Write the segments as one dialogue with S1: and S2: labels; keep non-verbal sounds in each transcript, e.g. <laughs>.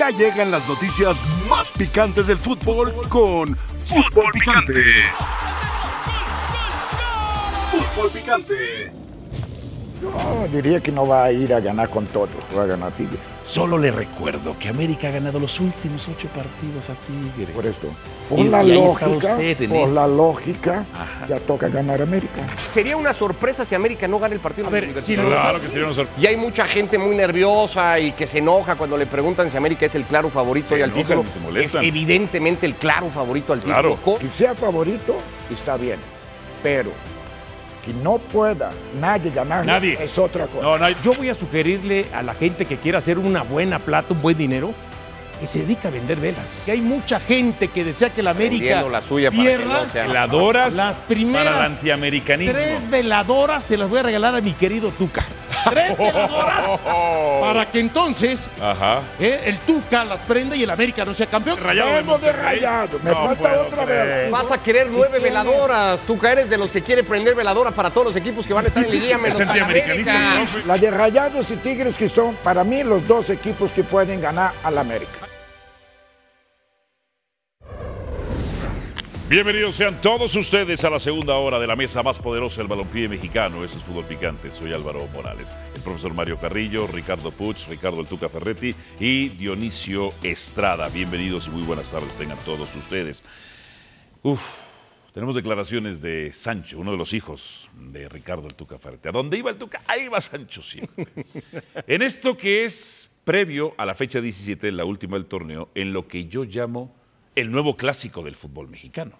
S1: Ya llegan las noticias más picantes del fútbol con Fútbol Picante. Fútbol Picante.
S2: Yo diría que no va a ir a ganar con todo, va a ganar Tigres.
S3: Solo le recuerdo que América ha ganado los últimos ocho partidos a Tigre.
S2: Por esto.
S3: Y-
S2: Por la
S3: y ahí está
S2: lógica,
S3: usted en
S2: por
S3: eso.
S2: la lógica,
S3: Ajá.
S2: ya toca ganar América.
S4: Sería una sorpresa si América no gana el partido.
S5: A ver,
S4: ante
S5: si
S4: Universidad.
S5: los
S6: Claro que sería una sorpresa.
S4: Y hay mucha gente muy nerviosa y que se enoja cuando le preguntan si América es el claro favorito y al
S6: enojan,
S4: título.
S6: se
S4: es
S6: molestan.
S4: evidentemente el claro favorito al
S6: Claro.
S4: título. Co-
S2: Que sea favorito, está bien. Pero que no pueda nadie ganar
S6: Nadie.
S2: es otra cosa.
S5: No, no, yo voy a sugerirle a la gente que quiera hacer una buena plata, un buen dinero, que se dedica a vender velas. Que hay mucha gente que desea que la América
S4: Vendiendo la suya para que
S5: pierda.
S4: no sea-
S6: Veladoras
S5: Las primeras
S6: para el antiamericanismo.
S5: Tres veladoras se las voy a regalar a mi querido
S6: <laughs>
S5: Tuca. Tres veladoras para que entonces
S6: Ajá.
S5: eh, el Tuca las prenda y el América no sea campeón.
S6: Rayado de
S2: Hemos de
S6: Monterrey.
S2: rayado. Me
S6: No
S2: falta
S6: puedo
S2: otra
S6: creer.
S2: vez.
S4: Vas a querer nueve veladoras. Tú eres de los que quiere prender veladora para todos los equipos que van a estar en liguilla menos
S6: <laughs> Es
S4: para
S6: antiamericanismo.
S4: América.
S6: ¿no?
S2: La de Rayados y Tigres que son para mí los dos equipos que pueden ganar al América.
S6: Bienvenidos sean todos ustedes a la segunda hora de la mesa más poderosa del balompié mexicano. Eso es Fútbol Picante. Soy Álvaro Morales. El profesor Mario Carrillo, Ricardo Puch, Ricardo El Tuca Ferretti y Dionisio Estrada. Bienvenidos y muy buenas tardes tengan todos ustedes. Uf, tenemos declaraciones de Sancho, uno de los hijos de Ricardo El Tuca Ferretti. ¿A dónde iba El Tuca? Ahí va Sancho siempre. en esto que es previo a la fecha 17, la última del torneo, en lo que yo llamo el nuevo clásico del fútbol mexicano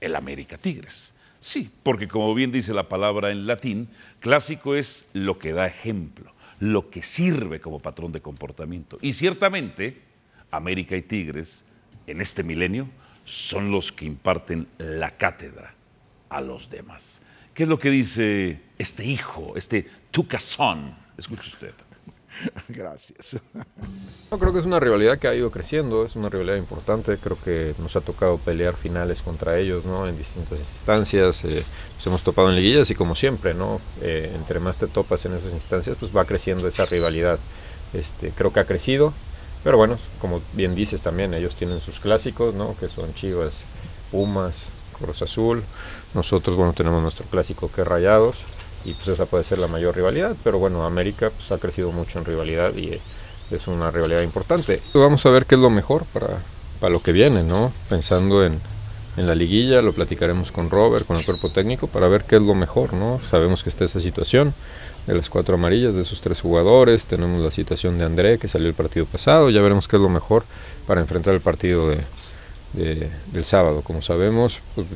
S6: el América Tigres. Sí, porque como bien dice la palabra en latín, clásico es lo que da ejemplo, lo que sirve como patrón de comportamiento. Y ciertamente, América y Tigres, en este milenio, son los que imparten la cátedra a los demás. ¿Qué es lo que dice este hijo, este tucazón? Escuche usted.
S2: Gracias.
S7: No, creo que es una rivalidad que ha ido creciendo, es una rivalidad importante, creo que nos ha tocado pelear finales contra ellos, ¿no? En distintas instancias, eh, nos hemos topado en liguillas y como siempre, ¿no? Eh, entre más te topas en esas instancias, pues va creciendo esa rivalidad. Este, creo que ha crecido, pero bueno, como bien dices también, ellos tienen sus clásicos, ¿no? Que son Chivas, Pumas, Cruz Azul. Nosotros, bueno, tenemos nuestro clásico que es Rayados y pues esa puede ser la mayor rivalidad, pero bueno, América pues ha crecido mucho en rivalidad y... eh, es una rivalidad importante. Vamos a ver qué es lo mejor para, para lo que viene, ¿no? Pensando en, en la liguilla, lo platicaremos con Robert, con el cuerpo técnico, para ver qué es lo mejor, ¿no? Sabemos que está esa situación de las cuatro amarillas, de esos tres jugadores, tenemos la situación de André que salió el partido pasado, ya veremos qué es lo mejor para enfrentar el partido de, de- del sábado. Como sabemos, pues,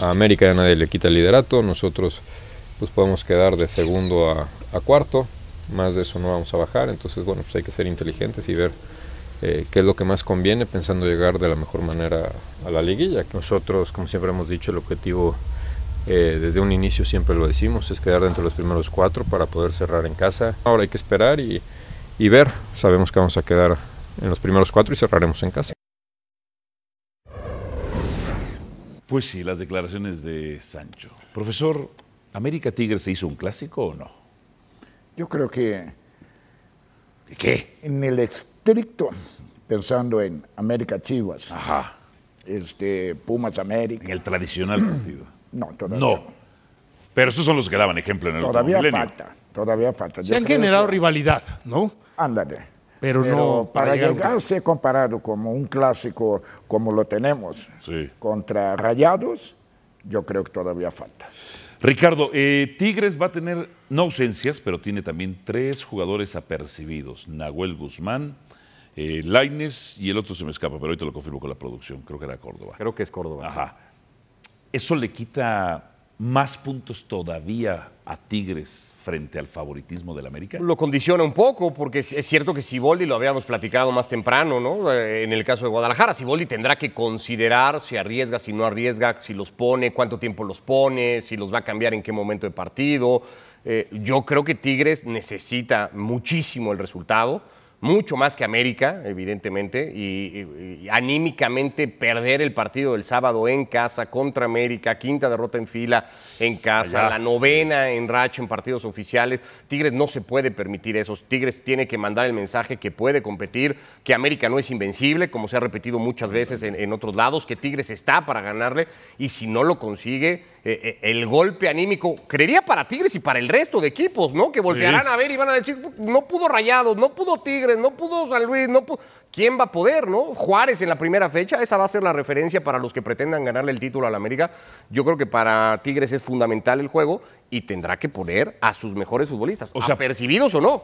S7: a América ya nadie le quita el liderato, nosotros pues podemos quedar de segundo a, a cuarto, más de eso no vamos a bajar, entonces bueno, pues hay que ser inteligentes y ver eh, qué es lo que más conviene pensando llegar de la mejor manera a la liguilla. Nosotros, como siempre hemos dicho, el objetivo eh, desde un inicio siempre lo decimos, es quedar dentro de los primeros cuatro para poder cerrar en casa. Ahora hay que esperar y, y ver, sabemos que vamos a quedar en los primeros cuatro y cerraremos en casa.
S6: Pues sí, las declaraciones de Sancho. Profesor, ¿América Tigres se hizo un clásico o no?
S2: Yo creo que
S6: ¿Qué?
S2: en el estricto, pensando en América Chivas,
S3: Ah.
S6: Ajá,
S2: este, Pumas
S6: en
S2: América,
S6: el tradicional <clears throat> sentido.
S2: no, todavía,
S6: No. Pero esos son los que daban ejemplo en el
S2: todavía
S6: último milenio.
S2: falta, todavía falta.
S5: Se
S2: Yo
S5: han
S2: creo
S5: generado
S2: que-
S5: rivalidad, ¿no?
S2: Ándale.
S5: Pero no para
S2: para,
S5: llegar a un
S2: llegar a ser comparado como un clásico como lo tenemos
S6: Sí.
S2: contra Rayados, yo creo que todavía falta.
S6: Ricardo, eh, Tigres va a tener no ausencias, pero tiene también tres jugadores apercibidos: Nahuel Guzmán, eh, Laines y el otro se me escapa, pero ahorita lo confirmo con la producción. Creo que era Córdoba.
S4: Creo que es Córdoba.
S6: Ajá. ¿Eso le quita más puntos todavía a Tigres frente al favoritismo del América?
S4: Lo condiciona un poco, porque es- es cierto que Siboldi lo habíamos platicado más temprano, ¿no? Eh, En el caso de Guadalajara, Siboldi tendrá que considerar si arriesga, si no arriesga, si los pone, cuánto tiempo los pone, si los va a cambiar en qué momento de partido. Eh, yo creo que Tigres necesita muchísimo el resultado mucho más que América, evidentemente, y, y- y anímicamente perder el partido del sábado en casa contra América, quinta derrota en fila en casa,
S6: Allá.
S4: la novena en racha en partidos oficiales. Tigres no se puede permitir eso. Tigres tiene que mandar el mensaje que puede competir, que América no es invencible, como se ha repetido muchas veces en, en otros lados, que Tigres está para ganarle y si no lo consigue, eh, eh, el golpe anímico, creería para Tigres y para el resto de equipos, ¿no? Que voltearán a ver y van a decir, no pudo Rayados, no pudo Tigres, no pudo San Luis, no pudo... ¿Quién va a poder, no? Juárez en la primera fecha, esa va a ser la referencia para los que pretendan ganarle el título al América. Yo creo que para Tigres es fundamental el juego y tendrá que poner a sus mejores futbolistas,
S6: O
S4: o
S6: sea,
S4: sea, percibidos o no.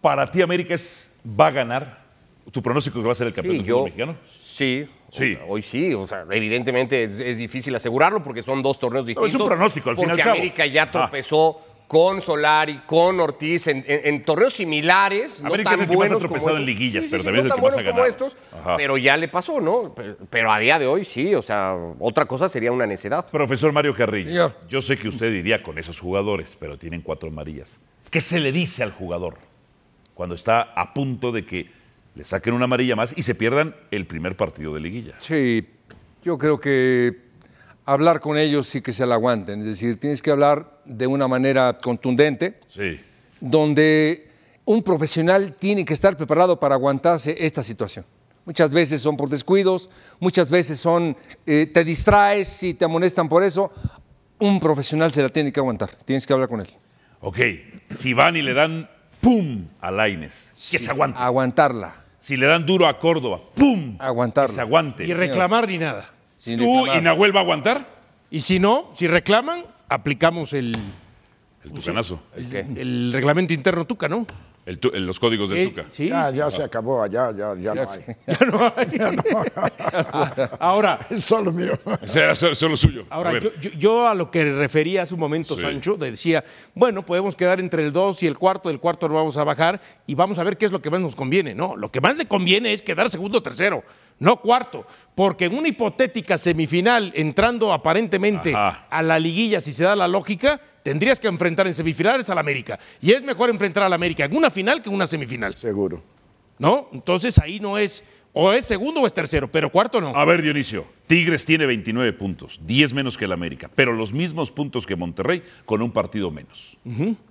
S6: Para ti, América es, va a ganar. ¿Tu pronóstico que va a ser el campeón
S4: Sí,
S6: del
S4: yo,
S6: fútbol mexicano?
S4: sí, o
S6: Sí.
S4: sea, hoy sí, o sea, evidentemente es, es difícil asegurarlo porque son dos torneos
S6: un
S4: distintos.
S6: pronóstico, al fin y al
S4: Porque
S6: cabo. Ah.
S4: América ya
S6: Ajá.
S4: tropezó con Solari, con Ortiz, en, en- en torneos similares,
S6: América
S4: no
S6: es
S4: tan
S6: el que más ha
S4: buenos como
S6: tropezado en
S4: estos.
S6: liguillas,
S4: Sí, sí,
S6: pero
S4: sí,
S6: también es el
S4: no tan
S6: que más ha
S4: buenos como
S6: ganado.
S4: estos,
S6: Ajá.
S4: pero ya le pasó, ¿no? Pero, pero a día de hoy sí, o sea, otra cosa sería una necedad.
S6: Profesor Mario Carrillo,
S7: Señor.
S6: yo sé que usted diría con esos jugadores, pero tienen cuatro amarillas. ¿Qué se le dice al jugador cuando está a punto de que le saquen una amarilla más y se pierdan el primer partido de liguilla?
S8: Sí, yo creo que hablar con ellos sí que se la aguanten. Es decir, tienes que hablar de una manera contundente,
S6: Sí.
S8: donde un profesional tiene que estar preparado para aguantarse esta situación. Muchas veces son por descuidos, muchas veces son eh, te distraes y te amonestan por eso. Un profesional se la tiene que aguantar, tienes que hablar con él.
S6: Ok, si van y le dan ¡pum! a Laines, que se aguante.
S8: Aguantarla,
S6: Si le dan duro a Córdoba, ¡pum! Que se
S8: aguantarla.
S6: aguante.
S5: Y reclamar ni nada.
S8: sin
S6: ¿Tú y
S8: reclamar.
S6: Nahuel va a aguantar?
S5: Y si no, si reclaman, aplicamos el,
S6: El tucanazo.
S5: el reglamento interno Tuca, ¿no?
S6: El tu- el- los códigos del
S5: Eh,
S6: Tuca.
S5: sí,
S2: Ya,
S5: sí.
S2: ya se acabó, ya, ya, ya no hay.
S5: Ah, Ahora,
S2: Es solo mío.
S6: Ese era solo, solo suyo.
S5: Ahora,
S6: A ver,
S5: yo, yo- yo a lo que refería hace un momento,
S6: Sí.
S5: Sancho, de- decía, bueno, podemos quedar entre el 2 y el cuarto, del cuarto lo vamos a bajar y vamos a ver qué es lo que más nos conviene. No, lo que más le conviene es quedar segundo o tercero, no cuarto, porque en una hipotética semifinal, entrando aparentemente
S6: Ajá.
S5: a la liguilla, si se da la lógica, tendrías que enfrentar en semifinales al América. Y es mejor enfrentar al América en una final que en una semifinal,
S2: Seguro.
S5: ¿no? Entonces ahí no es, o es segundo o es tercero, pero cuarto no.
S6: A ver, Dionisio, Tigres tiene 29 puntos, 10 menos que el América, pero los mismos puntos que Monterrey con un partido menos.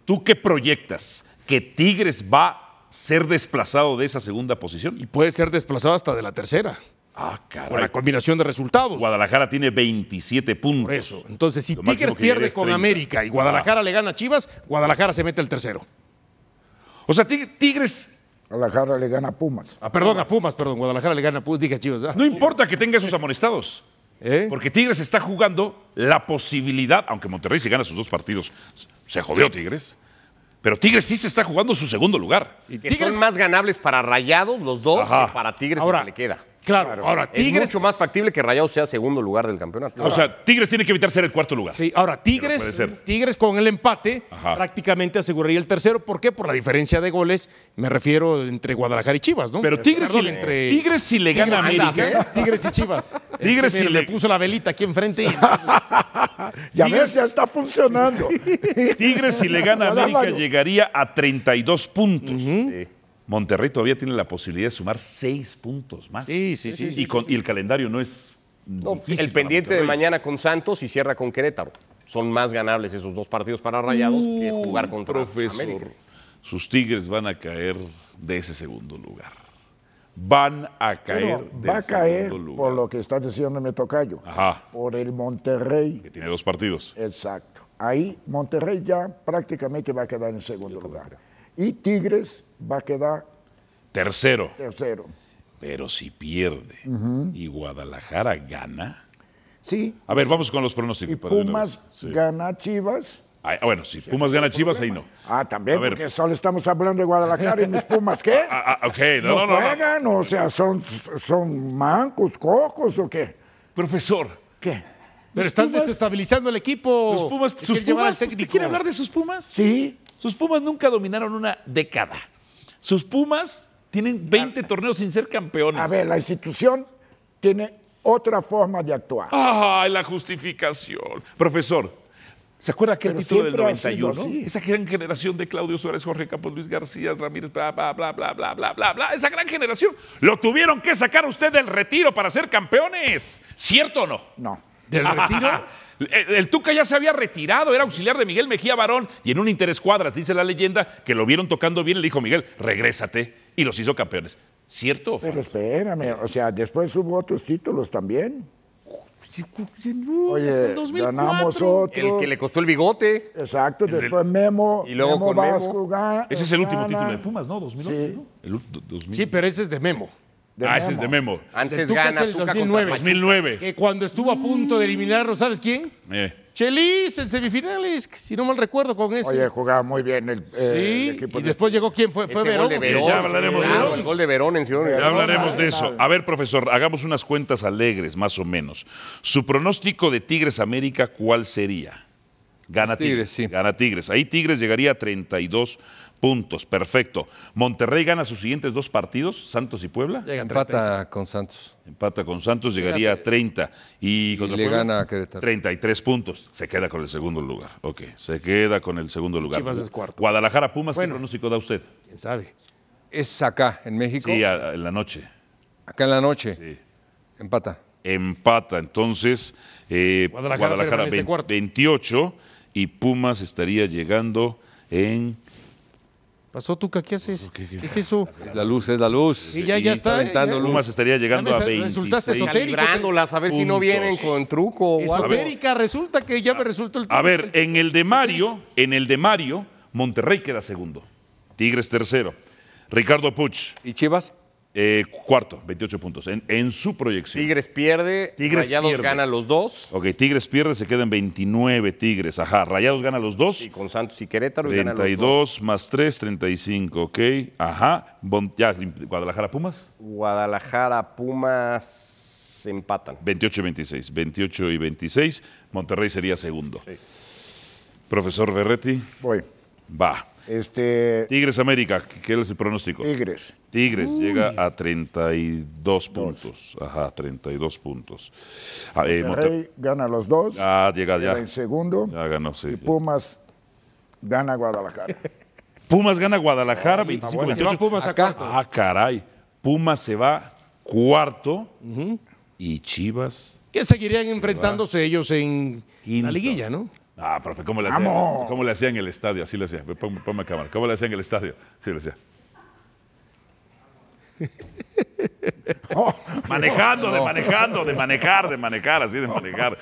S6: ¿Tú qué proyectas? ¿Que Tigres va a ser desplazado de esa segunda posición?
S5: Y puede ser desplazado hasta de la tercera.
S6: Ah,
S5: Con
S6: caray.
S5: la combinación de resultados.
S6: Guadalajara tiene 27 puntos.
S5: Por eso. Entonces, si
S6: Lo máximo
S5: Tigres
S6: que llega
S5: pierde
S6: es
S5: con
S6: 30.
S5: América y Guadalajara le gana a Chivas, Guadalajara se mete el tercero.
S6: O sea, Tig- Tigres,
S2: Guadalajara le gana a Pumas.
S5: Ah, perdón, a Pumas, perdón. Guadalajara le gana a Pumas, dije a Chivas. ¿ah?
S6: no importa que tenga esos amonestados.
S5: ¿Eh?
S6: Porque Tigres está jugando la posibilidad, aunque Monterrey se gana sus dos partidos, se jodió Tigres, pero Tigres sí se está jugando su segundo lugar.
S4: Que
S5: Tigres-
S4: son más ganables para Rayados los dos
S6: Ajá.
S4: que para Tigres
S5: Ahora-
S4: el que le queda.
S5: Claro, ahora
S4: Es
S5: Tigres.
S4: mucho más factible que Rayados sea segundo lugar del campeonato.
S6: O sea, Tigres tiene que evitar ser el cuarto lugar.
S5: Sí, ahora
S6: puede
S5: Tigres,
S6: ser.
S5: Tigres con el empate
S6: Ajá.
S5: prácticamente aseguraría el tercero. ¿Por qué? Por la diferencia de goles, me refiero entre Guadalajara y Chivas, ¿no?
S6: Pero Tigres,
S5: Eh, Perdón,
S6: si, le- Tigres si le gana a
S5: Tigres y
S6: América.
S5: Chivas, ¿eh? <laughs> Tigres
S6: <laughs>
S5: y Chivas. Es que,
S6: Tigres
S5: mira,
S6: si le-
S5: me puso la velita
S6: <laughs>
S5: aquí enfrente y
S2: Ya ves, ya está funcionando.
S6: Tigres si le gana a
S2: Nada
S6: América
S2: malo.
S6: llegaría a 32 puntos. Sí. Monterrey todavía tiene la posibilidad de sumar 6 puntos más.
S5: Sí, sí, sí,
S6: Y,
S5: sí,
S6: con- y el calendario no es
S4: No,
S6: difícil
S4: el
S6: para
S4: pendiente de
S6: Monterrey.
S4: mañana con Santos y cierra con Querétaro. Son más ganables esos dos partidos para Rayados que jugar contra
S6: Profesor,
S4: América.
S6: sus Tigres van a caer de ese segundo lugar. Van a <laughs> caer
S2: Pero
S6: de
S2: va a
S6: ese
S2: caer
S6: segundo lugar.
S2: por lo que está diciendo mi tocayo.
S6: Ajá.
S2: Por el Monterrey.
S6: Que tiene dos partidos.
S2: Exacto. Ahí Monterrey ya prácticamente va a quedar en segundo lugar. Y Tigres va a quedar
S6: Tercero.
S2: tercero.
S6: Pero si pierde y Guadalajara gana.
S2: Sí.
S6: A ver, vamos con los pronósticos.
S2: Y
S6: para de una
S2: Pumas
S6: vez. Sí.
S2: gana a Chivas.
S6: Ah, bueno, si Pumas gana a Chivas, ahí no.
S2: Ah, también,
S6: A ver.
S2: porque solo estamos hablando de Guadalajara y mis Pumas, ¿qué?
S6: <laughs> Ah, ah, ok,
S2: no,
S6: no, no, no. no.
S2: juegan, o sea, son, son mancos, cojos o qué.
S6: Profesor,
S2: ¿Qué?
S5: Pero están
S6: Pumas-
S5: desestabilizando el equipo.
S6: los Pumas,
S5: Es
S6: sus
S5: que llevar al
S6: Pumas, ¿usted
S5: técnico.
S6: quiere hablar de sus Pumas?
S2: Sí,
S6: Sus Pumas nunca dominaron una década. Sus Pumas tienen 20 torneos sin ser campeones.
S2: a ver, la institución
S6: Ah.
S2: tiene otra forma de actuar.
S6: ¡Ay, la justificación! Profesor, ¿Se acuerda aquel
S2: Pero
S6: título del
S2: siempre ha sido
S6: 91?
S2: así.
S6: Esa gran generación de Claudio Suárez, Jorge Campos, Luis García, Ramírez, bla, bla, bla, bla, bla, bla, bla. bla. Esa gran generación. Lo tuvieron que sacar a usted del retiro para ser campeones. ¿Cierto o no?
S2: No.
S5: ¿Del retiro?
S6: <laughs> El, el Tuca ya se había retirado, era auxiliar de Miguel Mejía Barón y en un interescuadras, dice la leyenda, que lo vieron tocando bien, le dijo Miguel, regrésate, y los hizo campeones. ¿Cierto? o
S2: Pero
S6: falso?
S2: espérame, o sea, después hubo otros títulos también.
S6: Hasta
S2: Oye,
S6: el 2004.
S2: ganamos
S4: El
S2: otro.
S4: que le costó el bigote.
S2: Exacto, después Memo.
S4: y luego
S2: Memo
S4: con Memo.
S2: Vasco gana-
S6: Ese es el último
S2: gana.
S6: título de Pumas, ¿no? 2011,
S2: Sí.
S6: ¿no? El ul- do- 2000.
S5: Sí, pero ese es de Memo.
S2: de
S6: ah, ese es de Memo.
S4: Antes
S5: Tuca
S4: gana
S5: es el
S4: Tuca contra
S5: 2009.
S4: Pachuca.
S6: 2009.
S5: Que cuando estuvo a punto de eliminarlo, ¿sabes quién?
S6: Eh.
S5: Chelis en semifinales, que si no mal recuerdo con ese.
S2: Oye, jugaba muy bien el, eh, el
S5: sí,
S2: equipo.
S5: y
S2: de-
S5: después llegó quién fue, fue
S4: Ese gol
S5: Verón.
S4: de
S5: ¿o qué?
S4: Verón.
S6: Ya hablaremos de
S4: Claro,
S6: Verón.
S4: el gol de Verón en Ciudad
S6: Ya
S4: Universitaria.
S6: hablaremos de eso.
S2: Nada.
S6: A ver, profesor, hagamos unas cuentas alegres, más o menos. Su pronóstico de Tigres América, ¿cuál sería? Gana Tigres,
S8: Pues Tigres, sí.
S6: Gana Tigres. Ahí Tigres llegaría a 32 puntos. Perfecto. Monterrey gana sus siguientes dos partidos, Santos y Puebla.
S5: Llegan
S8: Empata con Santos.
S6: Empata con Santos, llegaría a 30. Y, contra
S8: le
S6: Puebla,
S8: gana a Querétaro.
S6: 33 puntos. Se queda con el segundo lugar. Ok, se queda con el segundo lugar.
S5: Chivas es cuarto.
S6: Guadalajara Pumas,
S5: Bueno.
S6: ¿qué pronóstico da usted?
S5: ¿Quién sabe?
S8: Es acá, en México.
S6: Sí, a- a- en la noche.
S8: Acá en la noche.
S6: Sí.
S8: Empata.
S6: empata. Entonces, eh,
S5: Guadalajara
S6: Guadalajara,
S5: permanece
S6: vein-
S5: cuarto.
S6: 28 y Pumas estaría llegando en...
S5: ¿Pasó Tuca? ¿Qué haces? ¿Qué, es eso?
S8: Es la luz, es la luz.
S5: Sí, ya- ya está,
S8: aventando
S5: ya-
S8: luz.
S6: Pumas estaría llegando
S5: Ya me
S6: a
S5: sa-
S6: 26.
S5: resultaste esotérico.
S4: Librándolas, a ver si no
S6: Puntos.
S4: vienen con truco. o algo.
S5: Esotérica, resulta que ya me resultó el
S6: A ver, en el de Mario, en el de Mario, Monterrey queda segundo. Tigres tercero. Ricardo Puch,
S8: ¿Y Chivas?
S6: eh, cuarto, 28 puntos. En, en su proyección.
S4: Tigres pierde,
S6: Tigres
S4: Rayados
S6: pierde.
S4: gana los dos.
S6: Ok, Tigres pierde, se quedan 29 Tigres. Ajá, Rayados gana los dos.
S4: Y con Santos y Querétaro y gana los dos.
S6: 32 más 3, 35, ok. Ajá. Bon- ya, Guadalajara Pumas.
S4: Guadalajara, Pumas empatan.
S6: 28 y 26. 28 y 26. Monterrey sería segundo. Profesor Berretti,
S2: Voy.
S6: va.
S2: Este,
S6: Tigres América, ¿qué es el pronóstico?
S2: Tigres.
S6: Tigres llega a 32 puntos. Ajá, 32 puntos. Ah, eh, Monter-
S2: Monterrey gana los dos.
S6: Ah, llega
S2: queda
S6: ya.
S2: en segundo.
S6: Ya ganó, sí.
S2: y Pumas gana
S6: <laughs>
S2: Guadalajara.
S6: Pumas gana Guadalajara, 25
S5: Se va
S6: 28.
S5: Ah, Pumas acá.
S6: Ah, caray. Pumas se va cuarto y Chivas.
S5: Que seguirían enfrentándose ellos en la liguilla, ¿no?
S6: Ah, profe, ¿cómo le hacían?
S2: ¡Vamos!
S6: ¿Cómo le hacía en el estadio? Así le hacía. Ponme, ponme cámara. ¿Cómo le hacían en el estadio? Sí, le hacía. manejando, de manejando, de manejar, de manejar, así de manejar.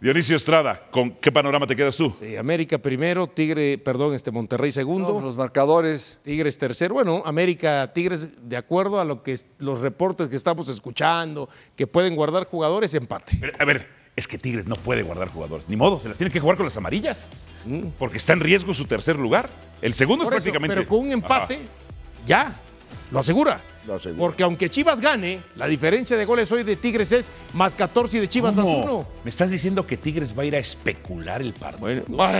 S6: Dionisio Estrada, ¿con qué panorama te quedas tú?
S5: Sí, Eh, América primero, Tigre, perdón, este Monterrey segundo.
S8: No, los marcadores.
S5: Tigres tercero. Bueno, América, Tigres, de acuerdo a lo que es- los reportes que estamos escuchando, que pueden guardar jugadores, empate.
S6: Pero, Eh, A ver, es que Tigres no puede guardar jugadores. Ni modo, se las tiene que jugar con las amarillas. Porque está en riesgo su tercer lugar. El segundo
S5: Mm. Por
S6: es
S5: eso,
S6: Pues prácticamente.
S5: pero con un empate, ya, lo asegura.
S2: Lo asegura.
S5: Porque aunque Chivas gane, la diferencia de goles hoy de Tigres es más 14 y de Chivas más uno.
S6: ¿Cómo? ¿Me estás diciendo que Tigres va a ir a especular el partido? <laughs>
S5: ¿Es nuevo,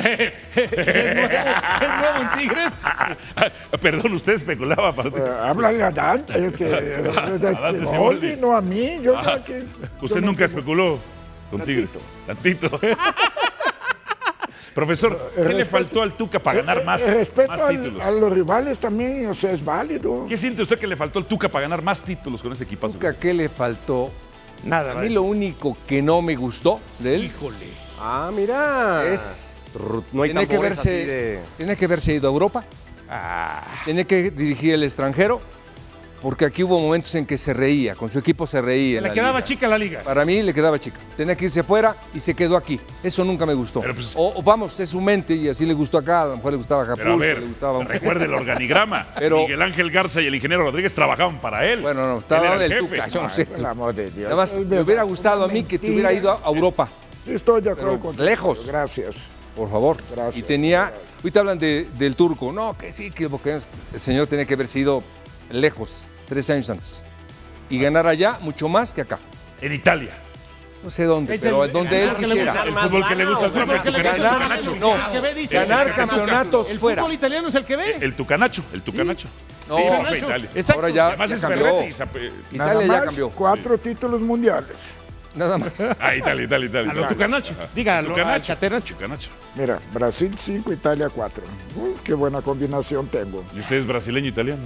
S5: es nuevo en Tigres?
S6: <laughs> Perdón, usted especulaba.
S2: Eh,
S6: Para...
S2: háblale a
S6: <laughs>
S2: Dante. Este, a
S6: Dante
S2: Dante
S6: Siboldi.
S2: Siboldi, no a mí.
S6: Ah.
S2: Yo no, que- yo
S6: Usted
S2: no
S6: nunca
S2: tengo-
S6: especuló con Tigres. Tantito. <laughs> Profesor, ¿qué le
S2: respeto-
S6: faltó al Tuca para ganar más,
S2: Eh, Respeto
S6: más
S2: al-
S6: títulos?
S2: a los rivales también, o sea, es válido.
S6: ¿Qué siente usted que le faltó al Tuca para ganar más títulos con ese equipazo?
S8: Nunca qué le faltó.
S5: Nada,
S8: A mí lo único que no me gustó de él
S5: Híjole.
S4: Ah, mira.
S8: es...
S4: No hay
S8: Tiene que,
S4: tambores así
S8: verse,
S4: de-
S8: tiene que verse ido a Europa. Tiene que dirigir el extranjero. Porque aquí hubo momentos en que se reía. Con su equipo se reía. en
S5: Le
S8: la
S5: quedaba
S8: liga.
S5: chica la liga.
S8: Para mí le quedaba chica. Tenía que irse fuera y se quedó aquí. Eso nunca me gustó.
S6: Pero, pues-
S8: o, o vamos, es su mente y así le gustó acá. A lo mejor le gustaba
S6: Pero a
S8: Acapulco,
S6: ver,
S8: le gustaba un-
S6: recuerde el organigrama.
S8: <laughs> Pero-
S6: Miguel Ángel Garza y el ingeniero Rodríguez trabajaban para él.
S8: Bueno, no,
S6: Él
S8: estaba
S6: era
S8: hablando
S6: el
S8: del
S6: jefe.
S8: Tuca. Yo no
S2: Ay,
S8: sé.
S2: por el amor de Dios.
S8: Nada más,
S2: Es
S8: me
S2: verdad,
S8: hubiera gustado a
S2: una
S8: mí que te
S2: mentira.
S8: hubiera ido a a Europa.
S2: Sí, estoy de acuerdo
S8: Pero
S2: contigo.
S8: lejos.
S2: Gracias.
S8: Por favor.
S2: Gracias,
S8: y tenía, ahorita hablan de- del turco. No, que sí, que porque el señor tenía que haber sido lejos, tres años antes. Y ganar allá mucho más que acá.
S6: En Italia.
S8: No sé dónde, pero donde él quisiera.
S6: El fútbol que le gusta al
S5: El fútbol
S6: profe,
S5: que le
S6: el
S5: gusta al
S6: tucanacho.
S5: profe.
S8: No,
S5: El que ve dice,
S8: ganar
S5: el que
S8: campeonatos
S5: El
S8: fuera.
S5: fútbol italiano es el que ve.
S6: El tucanacho, el tucanacho.
S8: No,
S6: Sí,
S5: Con
S6: profe,
S5: eso,
S6: Italia.
S5: exacto.
S8: Ahora ya,
S6: Además
S8: ya
S6: es
S8: cambió.
S6: Ferretti. Zap- eh,
S2: Nada
S8: Italia ya
S2: más,
S8: cambió.
S2: Cuatro títulos mundiales.
S8: Nada más.
S6: Ah, Italia, Italia, Italia.
S5: A lo Tucanacho. Diga, a lo
S6: Tucanacho.
S5: Cateracho.
S6: Tucanacho.
S2: Mira, Brasil 5, Italia 4. Uy, qué buena combinación tengo.
S6: ¿Y usted es brasileño italiano?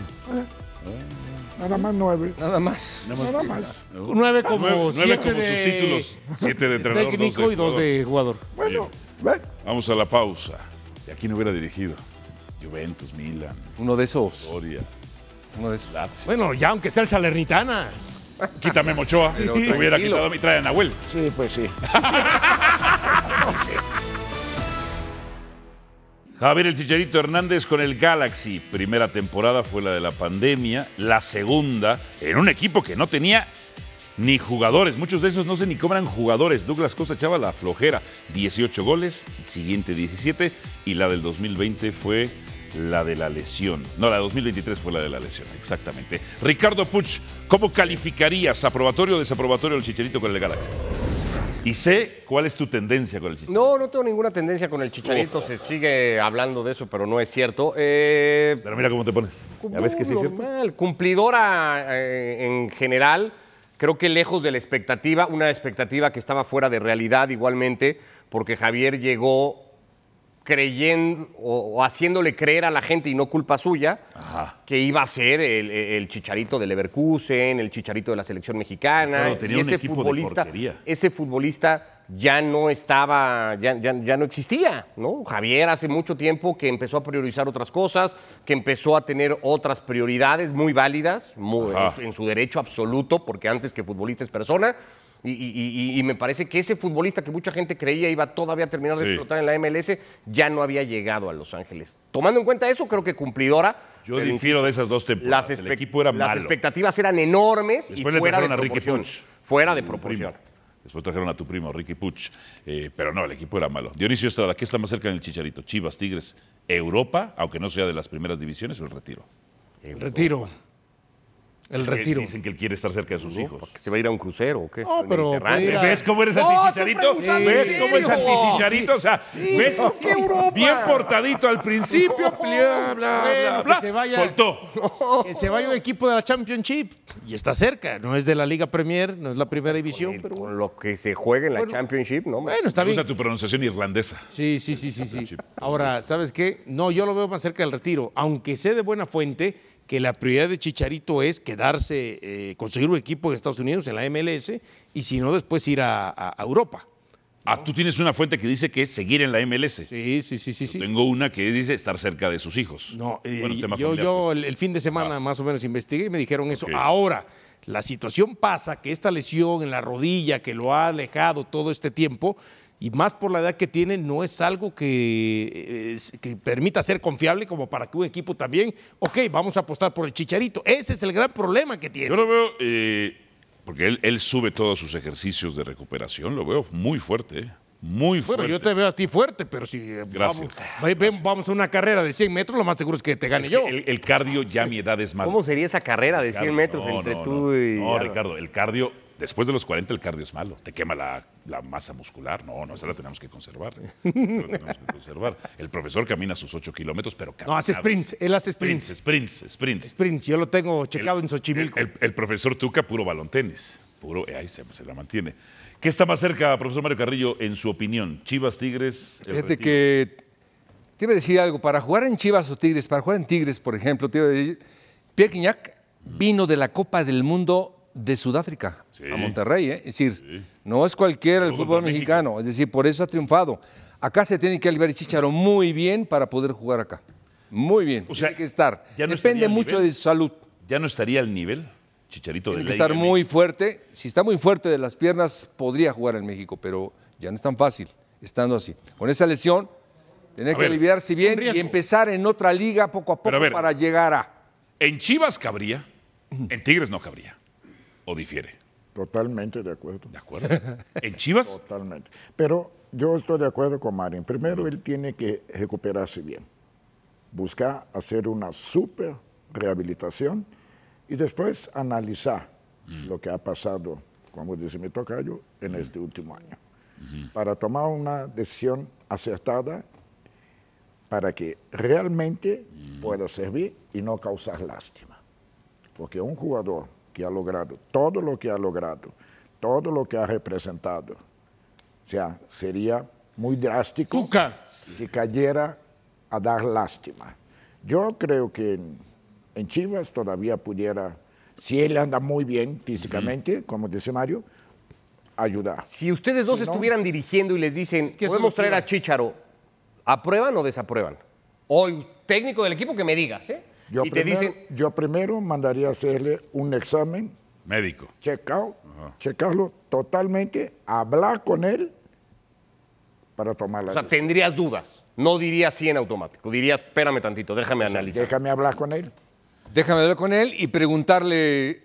S2: Nada más 9.
S8: Nada más.
S2: Nada más.
S5: Nueve como,
S6: Nueve- nueve
S5: siete
S6: como
S5: de-
S6: sus títulos. Siete de entrenador,
S5: técnico
S6: dos de
S5: y dos de jugador.
S2: Bueno, ve,
S6: Vamos a la pausa. ¿Y aquí no hubiera dirigido? Juventus, Milan,
S8: Uno de esos.
S6: Gloria,
S8: Uno de esos.
S6: Lazio.
S5: Bueno, ya aunque sea el Salernitana.
S6: Quítame Mochoa. hubiera quitado a mí. Trae a Nahuel.
S2: sí, pues sí.
S6: Javier El Chicharito Hernández con el Galaxy. Primera temporada fue la de la pandemia, la segunda en un equipo que no tenía ni jugadores. Muchos de esos no se ni cobran jugadores. Douglas Costa echaba la flojera. 18 goles, siguiente 17 y la del 2020 fue la de la lesión. No, la de 2023 fue la de la lesión, exactamente. Ricardo Puch, ¿cómo calificarías aprobatorio o desaprobatorio el Chicharito con el Galaxy? Y sé cuál es tu tendencia con el Chicharito.
S4: No, no tengo ninguna tendencia con el chicharito. Se sigue hablando de eso, pero no es cierto. Eh,
S6: Pero mira cómo te pones. Ya ves que sí es cierto.
S4: normal, cumplidora eh, en general. Creo que lejos de la expectativa, una expectativa que estaba fuera de realidad igualmente, porque Javier llegó creyendo o, o haciéndole creer a la gente y no culpa suya que iba a ser el, el chicharito de Leverkusen, el chicharito de la selección mexicana.
S6: Claro, tenía
S4: y
S6: un
S4: ese
S6: equipo de
S4: futbolista,
S6: porquería.
S4: ese futbolista ya no estaba, ya, ya- ya no existía, ¿no? Javier hace mucho tiempo que empezó a priorizar otras cosas, que empezó a tener otras prioridades muy válidas, muy- en,
S6: Ajá.
S4: su- en su derecho absoluto, porque antes que futbolista es persona. Y, y- y- y me parece que ese futbolista que mucha gente creía iba todavía a terminar de
S6: Sí.
S4: explotar en la MLS, ya no había llegado a Los Ángeles. Tomando en cuenta eso, creo que cumplidora.
S6: Yo
S4: pero
S6: difiero de esas dos temporadas.
S4: las
S6: El
S4: expec-
S6: equipo era
S4: Las
S6: malo.
S4: expectativas eran enormes
S6: Después le
S4: y fuera de
S6: trajeron a Ricky
S4: proporción.
S6: Puig.
S4: Fuera de
S6: Tu
S4: proporción.
S6: primo. Después trajeron a tu primo, Ricky Puch. Eh, pero no, el equipo era malo. Dionisio Estrada, ¿qué está más cerca en el Chicharito? Chivas, Tigres, Europa, aunque no sea de las primeras divisiones, o el retiro.
S5: El retiro. El
S6: Que
S5: retiro.
S6: Dicen que él quiere estar cerca de sus hijos. Eh,
S4: ¿Que se va a ir a un crucero o qué?
S5: No,
S4: Al
S5: pero
S4: Mediterráneo.
S5: puede ir a-
S6: ¿Ves cómo eres anti-chicharito?
S4: preguntan
S6: ¿Ves
S4: en
S6: cómo es
S4: serio.
S6: anti-chicharito? O sea, ¿ves?
S4: ¿qué Europa?
S6: Bien portadito al
S4: <laughs>
S6: principio, bla, bla, bla,
S5: Bueno,
S6: bla.
S5: que se vaya.
S6: Soltó.
S5: Que se vaya un equipo de la Championship. Y está cerca. No es de la Liga Premier, no es la primera división,
S4: El-
S5: pero bueno.
S4: Con lo que se juega en la Championship, ¿no? hombre?
S5: Bueno, está
S6: Me gusta
S5: bien.
S6: tu pronunciación irlandesa.
S5: Sí, sí, sí, sí, sí. Ahora, ¿sabes qué? No, yo lo veo más cerca del retiro, aunque sé de buena fuente que la prioridad de Chicharito es quedarse, eh, conseguir un equipo en Estados Unidos, en la MLS, y si no, después ir a, a- a Europa.
S6: Ah, tú tienes una fuente que dice que es seguir en la MLS.
S5: Sí, sí, sí, sí, sí.
S6: Tengo una que dice estar cerca de sus hijos.
S5: No, eh,
S6: Bueno, tema
S5: yo,
S6: familiar,
S5: yo
S6: pues.
S5: el, el fin de semana más o menos investigué y me dijeron eso.
S6: Ok.
S5: Ahora, la situación pasa que esta lesión en la rodilla que lo ha alejado todo este tiempo, y más por la edad que tiene, no es algo que, eh, es- que permita ser confiable como para que un equipo también, ok, vamos a apostar por el chicharito. Ese es el gran problema que
S6: Yo
S5: tiene.
S6: lo veo, eh, porque él, él sube todos sus ejercicios de recuperación, lo veo muy fuerte, eh, muy
S5: Bueno,
S6: fuerte.
S5: yo te veo a ti fuerte, pero si eh,
S6: Gracias.
S5: vamos- ve- ve- vamos a una carrera de 100 metros, lo más seguro es que te gane
S6: Es que
S5: yo.
S6: El, el cardio ya a mi edad es malo.
S4: ¿Cómo sería esa carrera de 100 metros
S6: No,
S4: entre
S6: no,
S4: tú
S6: no.
S4: y.?
S6: No,
S4: Álvaro?
S6: Ricardo, el cardio, después de los 40 el cardio es malo, te quema la, la masa muscular, no, no, esa la tenemos que conservar. ¿eh? esa la
S5: <laughs>
S6: tenemos que conservar. El profesor camina sus 8 kilómetros, pero
S5: No, hace
S6: caminado.
S5: sprints, él hace
S6: Sprints,
S5: sprints.
S6: sprints, sprints.
S5: Sprints, yo lo tengo checado en
S6: El,
S5: Xochimilco.
S6: el- el profesor Tuca, puro balón tenis. Puro, eh, ahí se, se la mantiene. ¿Qué está más cerca, profesor Mario Carrillo, en su opinión? Chivas, Tigres. el
S8: Fíjate
S6: retiro?
S8: que te iba a decir algo, para jugar en Chivas o Tigres, para jugar en Tigres, por ejemplo, te iba a decir, Pierre Guignac
S6: Mm.
S8: vino de la Copa del Mundo de Sudáfrica a Monterrey, ¿eh? es decir, no es cualquiera el
S6: Jugó
S8: fútbol
S6: contra México.
S8: mexicano, es decir, por eso ha triunfado. Acá se tiene que aliviar el Chicharo muy bien para poder jugar acá. Muy bien,
S6: O sea,
S8: tiene que estar.
S6: ya no estaría
S8: Depende
S6: al
S8: mucho
S6: nivel.
S8: de su salud.
S6: ¿Ya no estaría al nivel, Chicharito?
S8: Tiene
S6: de
S8: que
S6: la
S8: estar
S6: INMX?
S8: muy fuerte. Si está muy fuerte de las piernas, podría jugar en México, pero ya no es tan fácil estando así. Con esa lesión, tener
S6: A
S8: que
S6: ver,
S8: aliviarse bien y empezar en otra liga poco a poco
S6: Pero a ver.
S8: para llegar a.
S6: En Chivas cabría, en Tigres no cabría. ¿O difiere?
S2: Totalmente de acuerdo.
S6: ¿De acuerdo? En Chivas,
S2: Totalmente. Pero yo estoy de acuerdo con Mario. Primero, él tiene que recuperarse bien. Buscar hacer una super rehabilitación y después analizar lo que ha pasado, como dice mi tocayo, en este último año. Para tomar una decisión acertada para que realmente pueda servir y no causar lástima. Porque un jugador que ha logrado todo lo que ha logrado, todo lo que ha representado, o sea, sería muy drástico
S5: Tuca.
S2: que cayera a dar lástima. Yo creo que en, en Chivas todavía pudiera, si él anda muy bien físicamente, como dice Mario, ayudar.
S4: Si ustedes dos
S2: Si no-
S4: estuvieran dirigiendo y les dicen,
S5: que
S4: podemos
S5: eso es lo que
S4: traer
S5: iba.
S4: a Chicharo, ¿aprueban o desaprueban? Hoy, técnico del equipo que me digas, ¿eh?
S2: Yo,
S4: y
S2: primero,
S4: te dicen,
S2: yo primero mandaría hacerle un examen,
S6: Médico.
S2: check-out, checarlo totalmente, hablar con él para tomar la
S4: o sea,
S2: decisión.
S4: tendrías dudas. No dirías sí en automático, dirías, espérame tantito, déjame analizar.
S2: Déjame hablar con él.
S8: Déjame hablar con él y preguntarle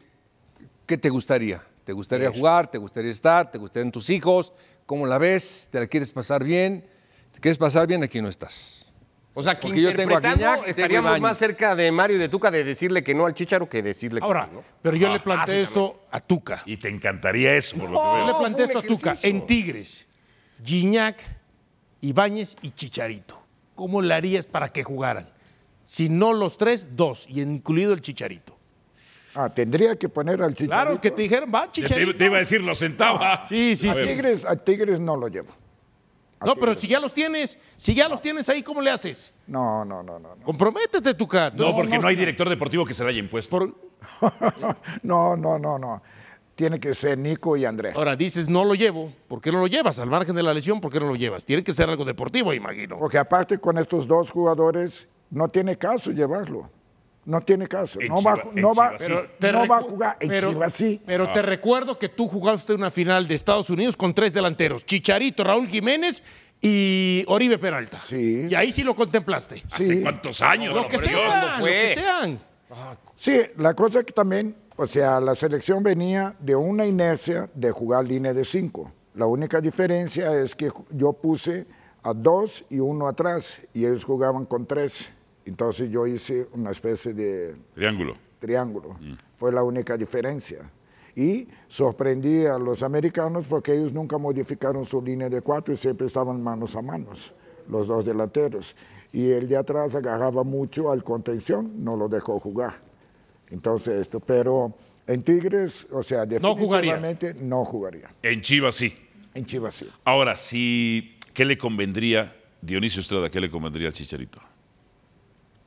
S8: qué te gustaría. ¿Te gustaría jugar? ¿Te gustaría estar? ¿Te gustarían tus hijos? ¿Cómo la ves? ¿Te la quieres pasar bien? ¿Te quieres pasar bien? Aquí no estás.
S4: O sea, que
S8: Porque yo tengo a
S4: interpretando
S8: Guiñac y tengo a
S4: estaríamos
S8: Ibañez.
S4: más cerca de Mario y de Tuca de decirle que no al Chicharo que decirle que
S5: Ahora,
S4: sí, ¿no?
S5: pero yo le
S4: ah,
S5: planteé
S4: sí,
S5: esto a Tuca.
S6: Y te encantaría eso, por lo que
S5: Yo
S6: veo.
S5: le
S4: fue
S5: planteé
S4: un
S5: esto a Tuca.
S4: ejercicio.
S5: En Tigres, Giñac, Ibáñez y Chicharito. ¿Cómo le harías para que jugaran? Si no los tres, dos, y incluido el Chicharito.
S2: Ah, tendría que poner al chicharito.
S5: Claro, que te dijeron, va,
S6: Te,
S5: Chicharito.
S6: te iba a decir, lo sentaba.
S5: Sí, sí,
S2: A
S5: sí.
S2: Tigres, a Tigres no lo llevo.
S5: No, pero si ya los tienes, si ya los tienes ahí, ¿cómo le haces?
S2: No, no, no, no. no.
S5: Comprométete, Tuca.
S6: No, porque no hay director deportivo que se la haya impuesto.
S5: Por-
S2: No, no, no, no. Tiene que ser Nico y Andrés.
S5: Ahora dices, no lo llevo. ¿Por qué no lo llevas? Al margen de la lesión, ¿por qué no lo llevas? Tiene que ser algo deportivo, imagino.
S2: Porque aparte con estos dos jugadores no tiene caso llevarlo. No tiene caso.
S6: En
S2: No va,
S6: Chivas- en
S2: no va,
S6: Chivas sí. Pero
S5: te
S2: no va a
S5: recu-
S2: jugar en Chivas sí.
S5: Pero te recuerdo que tú jugaste una final de Estados Unidos con tres delanteros: Chicharito, Raúl Jiménez y Oribe Peralta.
S2: Sí.
S5: Y ahí sí lo contemplaste.
S6: ¿Hace
S2: Sí.
S6: cuántos años?
S5: Lo que
S6: por Dios?
S5: sean, lo que
S4: fue?
S5: sean.
S2: Sí, la cosa que también, o sea, la selección venía de una inercia de jugar línea de cinco. La única diferencia es que ju- yo puse a dos y uno atrás y ellos jugaban con tres. Entonces yo hice una especie de
S6: Triángulo.
S2: triángulo.
S5: Mm.
S2: Fue la única diferencia. Y sorprendí a los americanos porque ellos nunca modificaron su línea de cuatro y siempre estaban manos a manos, los dos delanteros. Y el de atrás agarraba mucho al contención, no lo dejó jugar. Entonces esto, pero en Tigres, o sea,
S5: No jugaría.
S2: definitivamente no jugaría.
S6: En Chivas sí.
S2: En Chivas sí.
S6: Ahora, si, ¿qué le convendría, Dionisio Estrada, qué le convendría al Chicharito?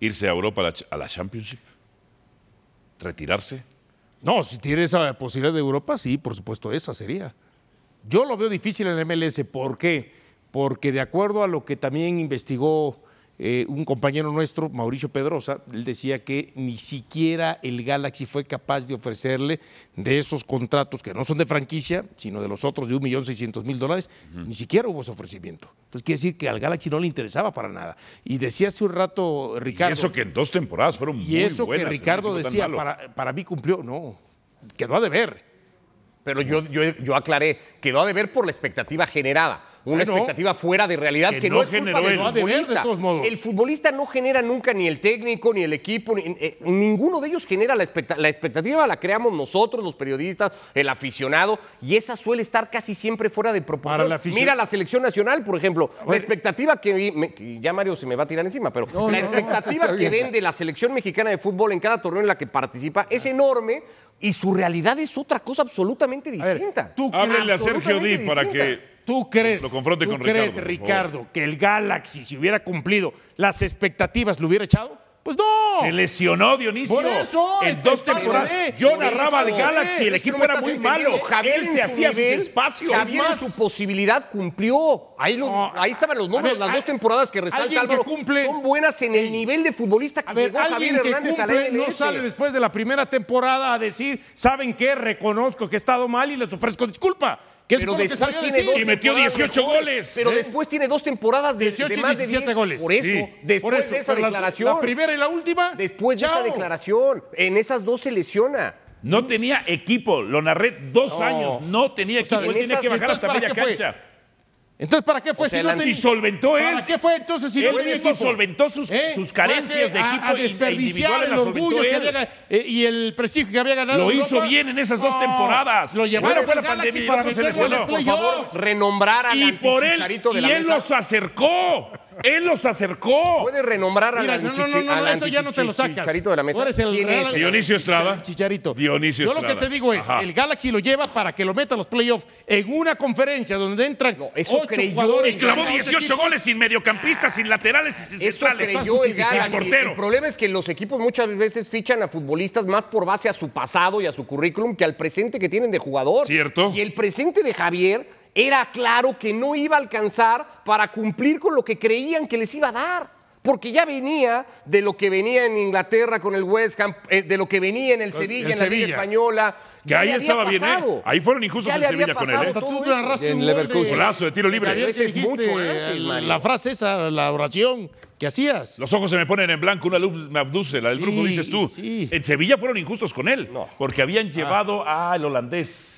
S6: ¿Irse a Europa a la, ch- a la Championship? ¿Retirarse?
S5: No, si tiene esa posibilidad de Europa, sí, por supuesto, esa sería. Yo lo veo difícil en MLS. ¿Por qué? Porque de acuerdo a lo que también investigó eh, un compañero nuestro, Mauricio Pedrosa, él decía que ni siquiera el Galaxy fue capaz de ofrecerle de esos contratos que no son de franquicia, sino de los otros de 1.600.000 dólares, ni siquiera hubo ese ofrecimiento. Entonces quiere decir que al Galaxy no le interesaba para nada. Y decía hace un rato Ricardo...
S6: Y eso que en dos temporadas fueron muy
S5: Y eso
S6: buenas,
S5: que
S6: en un
S5: Ricardo
S6: equipo tan
S5: decía,
S6: malo.
S5: para, para mí cumplió, no, quedó a deber.
S4: Pero yo, yo, yo aclaré, quedó a deber por la expectativa generada. Una
S5: Bueno,
S4: expectativa fuera de realidad
S6: que
S4: que,
S6: no
S4: no, es culpa
S6: generó
S4: del
S6: él.
S5: Quedó a deber, de
S4: futbolista.
S5: todos modos.
S4: El futbolista no genera nunca ni el técnico, ni el equipo, ni- eh, ninguno de ellos genera la, expecta- la expectativa, la creamos nosotros, los periodistas, el aficionado, y esa suele estar casi siempre fuera de
S5: Para
S4: proporción.
S5: el aficio-
S4: Mira la selección nacional, por ejemplo, la expectativa que, vi- me- que ya Mario se me va a tirar encima, pero
S8: No,
S4: la
S8: no, no,
S4: expectativa
S8: está
S4: que
S8: bien.
S4: vende de la selección mexicana de fútbol en cada torneo en la que participa es enorme y su realidad es otra cosa absolutamente
S5: A ver,
S4: distinta.
S5: ¿tú crees-
S6: Háblenle a Sergio
S4: absolutamente
S6: Di para
S4: distinta.
S6: que...
S5: ¿Tú crees,
S6: Lo confronte
S5: tú
S6: con
S5: crees,
S6: Ricardo, por
S5: Ricardo, que el Galaxy, si hubiera cumplido las expectativas, lo hubiera echado? Pues no.
S6: Se lesionó Dionisio.
S5: Por eso,
S6: En
S5: te
S6: dos
S5: paré.
S6: temporadas. Yo
S5: Por
S6: narraba al
S5: eso,
S6: Galaxy. El
S4: Es que
S6: equipo
S4: no me
S6: era
S4: estás
S6: muy
S4: entendiendo.
S6: malo. Javier
S4: en
S6: se
S4: su
S6: hacía sus
S4: nivel,
S6: espacios.
S4: Javier en
S6: Más.
S4: su posibilidad cumplió. Ahí, lo-
S5: No,
S4: ahí estaban los
S5: a
S4: números,
S5: ver,
S4: las
S5: a-
S4: dos temporadas que resalta
S5: alguien que
S4: Álvaro
S5: cumple-
S4: son buenas en el nivel de futbolista que
S5: A ver,
S4: llegó Javier
S5: alguien que
S4: Hernández a la
S5: cumple no
S4: MLS.
S5: sale después de la primera temporada a decir, ¿saben qué? Reconozco que he estado mal y les ofrezco disculpa. Que eso
S4: pero
S5: fue lo que
S4: después
S5: salió a
S4: tiene
S5: decir.
S4: dos
S6: Y metió
S4: temporadas
S6: 18
S4: mejores.
S6: goles.
S4: Pero
S6: ¿Eh?
S4: después tiene dos temporadas de, de
S5: 18 y
S4: más de
S5: 17
S4: 10.
S5: goles.
S4: Por eso,
S6: Sí.
S4: después
S5: Por eso,
S4: de esa
S5: pero las-
S4: declaración.
S5: La primera y la última.
S4: Después de
S5: chao.
S4: esa declaración, en esas dos se lesiona.
S6: No tenía equipo, lo narré dos
S5: No.
S6: años, no tenía
S5: O sea,
S6: equipo, él
S4: en
S6: tenía
S4: esas-
S6: que bajar
S5: entonces,
S6: hasta
S5: ¿para
S6: media
S5: qué fue?
S6: cancha.
S5: Entonces, ¿para qué fue
S4: O sea,
S5: si no
S4: la-
S5: tenía-
S6: Y solventó él.
S5: ¿Para Ah, qué fue entonces si no
S6: Él
S5: tenía
S6: mismo
S5: equipo?
S6: solventó sus- sus carencias de
S5: ¿Fue a-
S6: equipo
S5: a
S6: e
S5: desperdiciar
S6: individuales
S5: el
S6: las
S5: orgullo
S6: solventó
S5: que
S6: él.
S5: había, ga- eh, y el prestigio que había ganado
S6: Lo
S5: en
S6: hizo
S5: Europa?
S6: bien en esas dos temporadas.
S5: Lo llevaron
S6: Luego fue
S5: al
S6: la
S5: Galaxy
S6: pandemia y
S5: para
S6: luego se
S5: meterlo a los
S6: lesionó.
S4: Por favor,
S5: playoffs.
S4: renombrar al
S6: Y por él,
S4: antichicharito de
S6: y
S4: la
S6: él
S4: mesa.
S6: los acercó.
S5: Él los acercó.
S4: Puede renombrar a
S5: Mira,
S4: la
S5: no, no, no, no, eso ya no te lo sacas.
S4: Chicharito de la mesa.
S5: Tú eres el
S4: ¿Quién
S5: Real-
S4: es?
S6: Dionisio Estrada.
S5: Chicharito.
S6: Dionisio
S5: Yo lo
S6: Estrada.
S5: que te digo es,
S6: Ajá.
S5: el Galaxy lo lleva para que lo meta a los playoffs en una conferencia donde entran
S4: No, eso
S5: ocho
S4: creyó
S5: jugadores.
S4: el
S6: Clavó
S5: Ocho
S6: 18
S5: equipos.
S6: goles sin mediocampistas, sin laterales y sin
S4: Eso
S6: centrales.
S4: creyó el
S6: Sin
S4: Galaxy.
S6: portero.
S4: El problema es que los equipos muchas veces fichan a futbolistas más por base a su pasado y a su currículum que al presente que tienen de jugador.
S6: Cierto.
S4: Y el presente de Javier era claro que no iba a alcanzar para cumplir con lo que creían que les iba a dar. Porque ya venía de lo que venía en Inglaterra con el West Ham, eh, de lo que venía en el Sevilla,
S5: el
S4: en la Liga
S5: Sevilla.
S4: Española.
S6: Que
S4: Ya
S6: ahí
S4: le había
S6: estaba bien, ¿eh?
S4: pasado.
S6: Ahí fueron injustos
S4: Ya
S6: en
S4: le había
S6: Sevilla con él, ¿eh?
S4: pasado
S5: Hasta
S4: todo
S5: tú
S4: eso.
S5: narraste
S7: Y en
S5: un gol
S7: Leverkusen.
S6: Golazo de tiro libre.
S5: Javier,
S4: Eso
S5: que
S4: es mucho ¿eh?
S5: dijiste,
S4: antes,
S5: el-
S4: Mario.
S5: la frase esa, la oración que hacías.
S6: Los ojos se me ponen en blanco, una luz me abduce, la del
S5: Sí,
S6: brujo dices tú.
S5: sí.
S6: En Sevilla fueron injustos con él, porque
S4: Ah.
S6: habían llevado al holandés.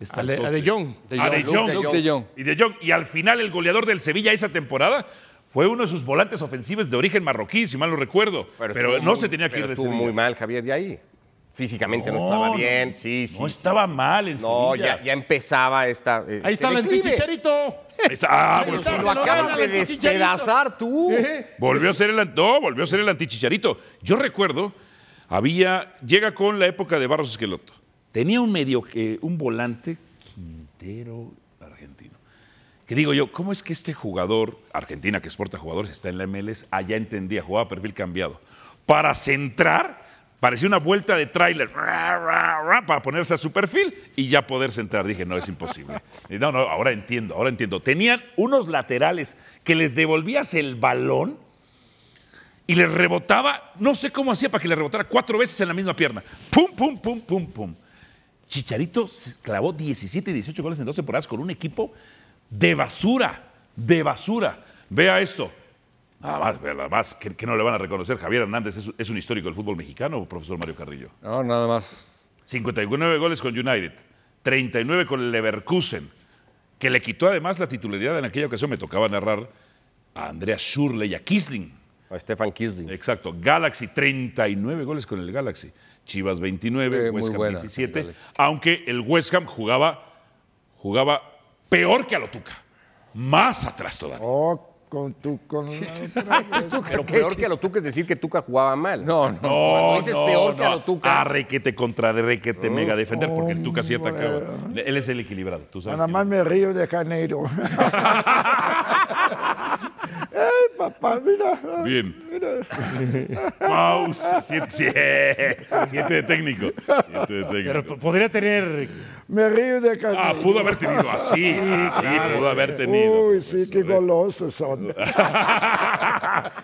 S6: Está
S5: A Le- a
S6: loco.
S5: De Jong.
S6: A De Jong.
S8: Luke de Jong.
S6: Y De Jong. Y al final el goleador del Sevilla esa temporada fue uno de sus volantes ofensivos de origen marroquí, si mal no recuerdo. Pero,
S4: estuvo
S6: no
S4: muy-
S6: se tenía que
S4: pero
S6: ir de
S4: Estuvo
S6: Sevilla.
S4: muy mal, Javier, de ahí. Físicamente no,
S6: No,
S4: estaba
S6: no,
S4: bien, sí, sí.
S6: no
S4: sí,
S6: estaba
S4: sí.
S6: mal en
S4: No,
S6: Sevilla.
S4: ya, ya empezaba esta. eh,
S5: Ahí está
S4: este
S5: la
S4: declive.
S5: Chicharito.
S6: Ahí está. Ah,
S5: Pero
S6: bueno,
S5: si
S6: sí.
S4: Lo acabas de despedazar tú.
S6: Volvió a ser el an- no, volvió a ser el antichicharito. Yo recuerdo, había llega con la época de Barros Esqueloto. Tenía un medio eh, un volante Quintero argentino. Que digo yo, ¿cómo es que este jugador, Argentina que exporta jugadores, está en la MLS, allá entendía, jugaba perfil cambiado. Para centrar, parecía una vuelta de tráiler, ra, ra, ra, para ponerse a su perfil y ya poder centrar. Dije, no, es imposible. Y no, no, ahora entiendo, ahora entiendo. Tenían unos laterales que les devolvías el balón y le rebotaba, no sé cómo hacía para que le rebotara cuatro veces en la misma pierna. Pum, pum, pum, pum, pum. Chicharito se clavó 17 y 18 goles en dos temporadas con un equipo de basura, de basura. Vea esto. Nada más, vea nada más, que, que no le van a reconocer. Javier Hernández es, es un histórico del fútbol mexicano, profesor Mario Carrillo.
S8: No, nada más.
S6: 59 goles con United, 39 con el Leverkusen, que le quitó además la titularidad en aquella ocasión. Me tocaba narrar a Andrea Schurle y a Kisling.
S4: A Stefan Kisling.
S6: Exacto. Galaxy, 39 goles con el Galaxy. Chivas, 29.
S8: Eh,
S6: West
S8: muy
S6: Ham,
S8: buena,
S6: 17.
S8: Galaxy.
S6: Aunque el West Ham jugaba, jugaba peor que a lo Tuca. Más atrás todavía.
S2: Oh, con tu. Con
S4: Pero peor que a lo Tuca es decir que Tuca jugaba mal.
S8: No, no.
S6: No,
S4: Ese es peor que a lo Tuca.
S6: Arrequete contra requete mega defender, porque el Tuca sí atacaba. Él es el equilibrado, tú sabes.
S2: Nada
S6: que-
S2: más me río de <laughs> Janeiro. Ay, Eh, papá, mira.
S6: Bien. Pausa. Siete, siete de técnico. Siete de técnico.
S5: Pero p- podría tener.
S2: Me río de Janeiro.
S6: Ah, pudo haber tenido así. así pudo haber tenido. pues,
S2: Uy, sí, qué golosos
S6: <laughs>
S2: son.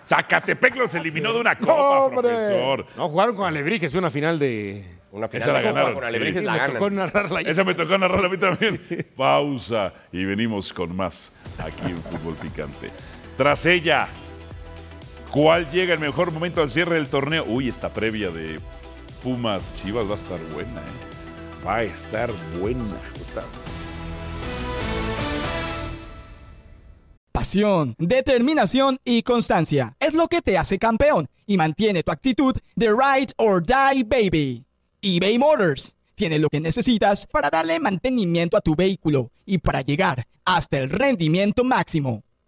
S6: Zacatepec los eliminó de una copa,
S2: ¡Hombre!
S6: profesor.
S5: No, jugaron con Alebrijes en una final de.
S4: Una
S6: Esa la
S4: final de Copa
S6: ganaron,
S4: con
S6: sí.
S4: Alebrijes
S5: Y
S4: la
S5: me
S4: ganan.
S5: tocó narrarla ahí.
S6: Esa me tocó narrar a mí también. Pausa y venimos con más aquí en Fútbol Picante. Tras ella, ¿cuál llega el mejor momento al cierre del torneo? Uy, esta previa de Pumas Chivas va a estar buena, ¿eh? Va a estar buena.
S9: Pasión, determinación y constancia es lo que te hace campeón y mantiene tu actitud de ride or die baby. eBay Motors tiene lo que necesitas para darle mantenimiento a tu vehículo y para llegar hasta el rendimiento máximo.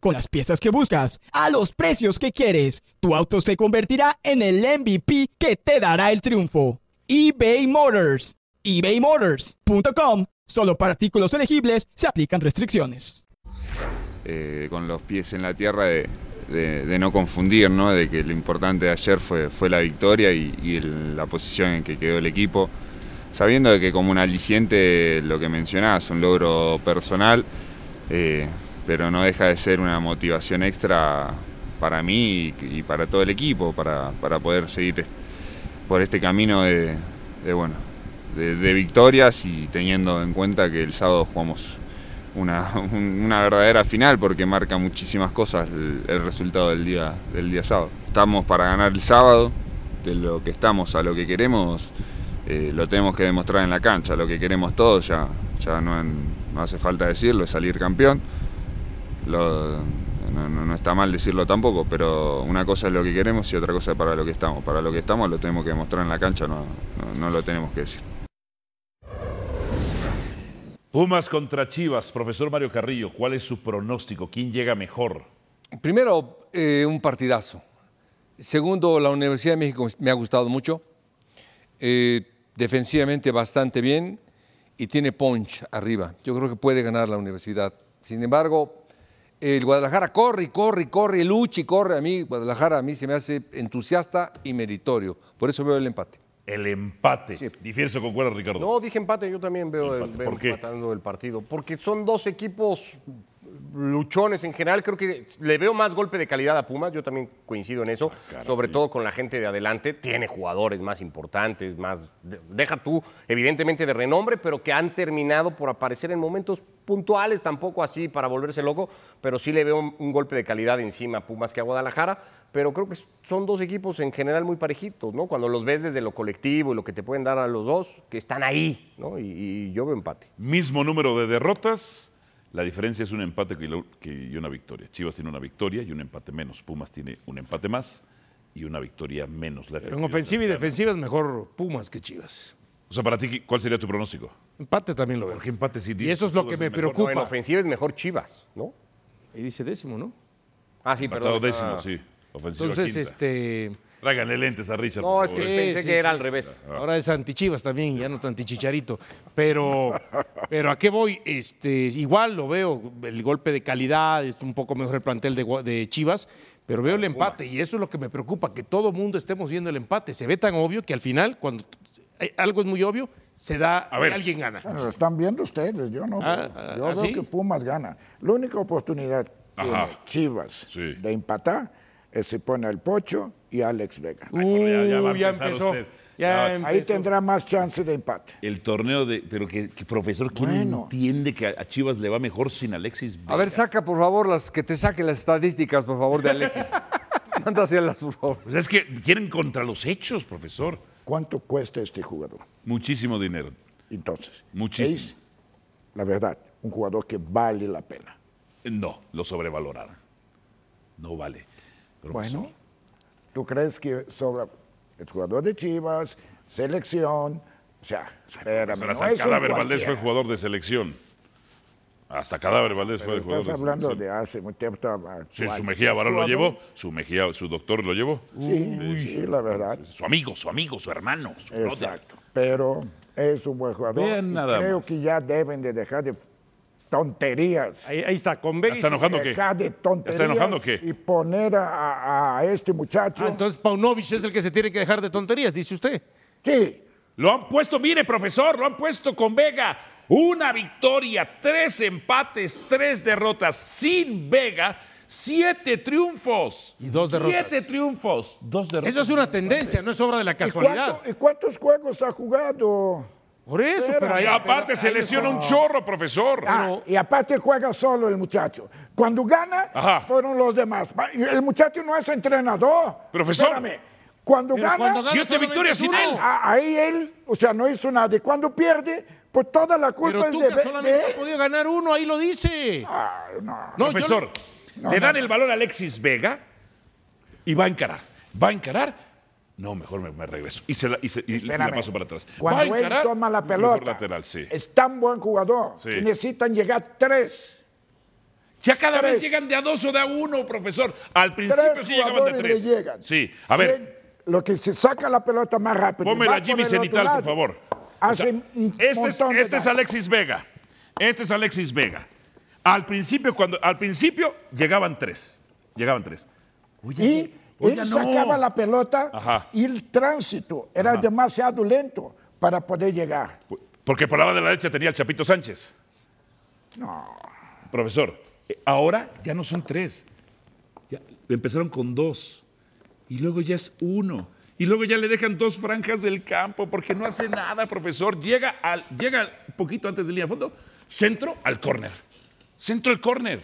S9: Con las piezas que buscas, a los precios que quieres, tu auto se convertirá en el MVP que te dará el triunfo. eBay Motors. ebaymotors.com. Solo para artículos elegibles se aplican restricciones.
S10: eh, con los pies en la tierra de, de- de no confundir, ¿no? de que lo importante de ayer fue, fue la victoria y, y el- la posición en que quedó el equipo, sabiendo de que como un aliciente lo que mencionabas, un logro personal, eh, pero no deja de ser una motivación extra para mí y, y para todo el equipo, para, para poder seguir est- por este camino de, de, bueno, de- de victorias y teniendo en cuenta que el sábado jugamos una, <laughs> un- una verdadera final porque marca muchísimas cosas el, el resultado del día, del día sábado. Estamos para ganar el sábado, de lo que estamos a lo que queremos, eh, lo tenemos que demostrar en la cancha, lo que queremos todos, ya, ya no, en- no hace falta decirlo, es salir campeón. Lo- no, no- no está mal decirlo tampoco, pero una cosa es lo que queremos y otra cosa es para lo que estamos. Para lo que estamos lo tenemos que demostrar en la cancha, no- no- no lo tenemos que decir.
S6: Pumas contra Chivas, profesor Mario Carrillo, ¿cuál es su pronóstico? ¿Quién llega mejor?
S8: Primero, eh, un partidazo. Segundo, la Universidad de México me ha gustado mucho. Eh, defensivamente bastante bien y tiene punch arriba. Yo creo que puede ganar la universidad. Sin embargo, el Guadalajara corre y corre y corre, y lucha y corre. A mí, Guadalajara, a mí se me hace entusiasta y meritorio. Por eso veo el empate.
S6: El empate. Difieres o concuerdas, Ricardo.
S4: No, dije empate, yo también veo, el- veo
S6: ¿Por qué?
S4: empatando el partido. Porque son dos equipos luchones en general. Creo que le veo más golpe de calidad a Pumas, yo también coincido en eso. sobre todo con la gente de adelante. Tiene jugadores más importantes, más. de- Deja tú, evidentemente de renombre, pero que han terminado por aparecer en momentos puntuales, tampoco así para volverse loco. Pero sí le veo un, un golpe de calidad encima a Pumas que a Guadalajara. Pero creo que son dos equipos en general muy parejitos, ¿no? Cuando los ves desde lo colectivo y lo que te pueden dar a los dos, que están ahí, ¿no? Y, y yo veo empate.
S6: Mismo número de derrotas. La diferencia es un empate que lo- que- y una victoria. Chivas tiene una victoria y un empate menos. Pumas tiene un empate más y una victoria menos. La
S5: Pero en
S6: efectividad.
S5: ofensiva y defensiva es mejor Pumas que Chivas.
S6: O sea, para ti, ¿qué- ¿cuál sería tu pronóstico?
S5: Empate también lo veo.
S6: Porque empate si
S5: Y eso es lo que me
S4: No,
S5: preocupa.
S4: en ofensiva es mejor Chivas, ¿no?
S5: Y dice décimo, ¿no?
S4: Ah, sí,
S6: Empatado
S4: perdón.
S6: décimo,
S4: ah.
S6: sí. Ofensiva
S5: Entonces,
S6: quinta.
S5: este.
S6: Tráiganle lentes a Richard.
S4: No,
S6: por
S4: es que
S6: favor.
S5: Sí,
S4: pensé
S5: sí,
S4: que era
S5: sí.
S4: al revés.
S6: Ah.
S5: Ahora es antichivas también, ya no tan antichicharito. Pero, pero a qué voy, este, igual lo veo, el golpe de calidad, es un poco mejor el plantel de, Gua- de Chivas, pero veo el empate y eso es lo que me preocupa, que todo mundo estemos viendo el empate. Se ve tan obvio que al final, cuando eh, algo es muy obvio, se da,
S6: A ver.
S5: alguien gana.
S2: Bueno, lo están viendo ustedes, yo no.
S5: Ah,
S2: veo.
S5: ah,
S2: yo
S5: ¿ah,
S2: veo
S5: sí?
S2: que Pumas gana. La única oportunidad que tiene
S6: Ajá.
S2: Chivas
S6: Sí.
S2: de empatar es si pone al Pocho y Alex Vega.
S6: Bueno, ya- ya va a
S5: Uy, ya
S6: empezar
S5: empezó.
S6: usted.
S5: Ya
S6: Ah,
S5: empezó.
S2: Ahí tendrá más chance de empate.
S6: El torneo de. Pero que, que, profesor, ¿quién
S2: Bueno.
S6: entiende que a a Chivas le va mejor sin Alexis Vega?
S8: A ver, saca por favor las que te saquen las estadísticas, por favor, de Alexis. Mándaselas, por favor.
S6: Pues es que quieren contra los hechos, profesor.
S2: ¿Cuánto cuesta este jugador?
S6: Muchísimo dinero.
S2: Entonces,
S6: Muchísimo.
S2: es, la verdad, un jugador que vale la pena.
S6: No, lo sobrevaloraron. No vale. Profesor,
S2: Bueno, ¿tú crees que sobre el jugador de Chivas, selección, o sea, espérame,
S6: Pero
S2: no
S6: hasta
S2: es un
S6: Cadáver Valdés fue
S2: cualquiera.
S6: jugador de selección. Hasta Cadáver Valdés fue jugador
S2: Estás
S6: de
S2: hablando
S6: selección.
S2: de hace mucho tiempo. ah,
S6: Sí,
S2: actual.
S6: su Mejía Varón lo
S2: Jugador-
S6: llevó, su Mejía, su doctor lo llevó.
S2: Sí, sí, la verdad.
S6: Su amigo, su amigo, su hermano, su brother.
S2: Exacto. Pero es un buen jugador.
S6: Vean
S2: y
S6: nada
S2: creo
S6: más.
S2: que ya deben de dejar de f- tonterías.
S5: Ahí, ahí está, con Vega. y
S6: ¿Está
S5: su-
S6: enojando o qué?
S2: Dejar de tonterías.
S6: enojando o qué?
S2: Y poner a, a- a este muchacho.
S5: Ah, entonces Paunovic es el que se tiene que dejar de tonterías, dice usted.
S2: Sí.
S6: Lo han puesto, mire, profesor, lo han puesto con Vega. Una victoria, tres empates, tres derrotas. Sin Vega, siete triunfos.
S5: Y dos derrotas.
S6: Siete triunfos, dos derrotas.
S5: Eso es una tendencia, no es obra de la
S2: ¿Y,
S5: casualidad.
S2: cuánto- y cuántos juegos ha jugado?
S5: Por eso, pero ahí-
S6: Y aparte se
S5: ahí-
S6: lesiona un chorro, profesor.
S2: Ah, y aparte juega solo el muchacho. Cuando gana,
S6: Ajá.
S2: fueron los demás. Va- y El muchacho no es entrenador.
S6: Profesor.
S2: Espérame. Cuando
S5: Pero
S2: gana,
S5: cuando gana
S6: Siete
S5: solamente
S6: victorias
S5: es
S6: sin
S5: uno.
S6: él.
S2: a- ahí él, o sea, no hizo nada. Y cuando pierde, pues toda la culpa
S5: Pero
S2: es
S5: tú
S2: de,
S5: que
S2: de-
S5: solamente has
S2: de él.
S5: podido ganar uno, ahí lo dice.
S2: Ah, no.
S5: No, yo
S6: Profesor, le dan el balón a Alexis Vega y va a encarar. Va a encarar. No, mejor me, me regreso. Y, se la, y se- y la
S2: Espérame.
S6: paso para atrás. va a
S2: Cuando él
S6: encarar,
S2: toma la
S6: mejor
S2: pelota,
S6: lateral, sí.
S2: es tan buen jugador.
S6: Sí.
S2: que Necesitan llegar tres.
S6: Ya cada
S2: Tres.
S6: vez llegan de a dos o de a uno, profesor. Al principio
S2: Tres
S6: sí llegaban de
S2: jugadores le
S6: tres.
S2: llegan.
S6: Sí, a
S2: Si
S6: ver,
S2: él- lo que se saca la pelota más rápido.
S6: pónmela
S2: va
S6: a Jimmy
S2: por el otro
S6: Cenital, por
S2: lado.
S6: favor. O sea,
S2: Hace un
S6: este es,
S2: montón de
S6: este es
S2: daño.
S6: Alexis Vega. Este es Alexis Vega. Al principio, cuando, al principio llegaban tres. Llegaban tres.
S2: Y
S6: Oiga,
S2: él
S6: no.
S2: sacaba la pelota
S6: Ajá.
S2: y el tránsito era demasiado lento para poder llegar.
S6: Porque por la banda de la derecha tenía el Chapito Sánchez. No. Profesor, eh, ahora ya no son tres. Ya empezaron con dos. Y luego ya es uno. Y luego ya le dejan dos franjas del campo porque no hace nada, profesor. Llega, al, llega poquito antes del línea de fondo, centro al córner. Centro el córner.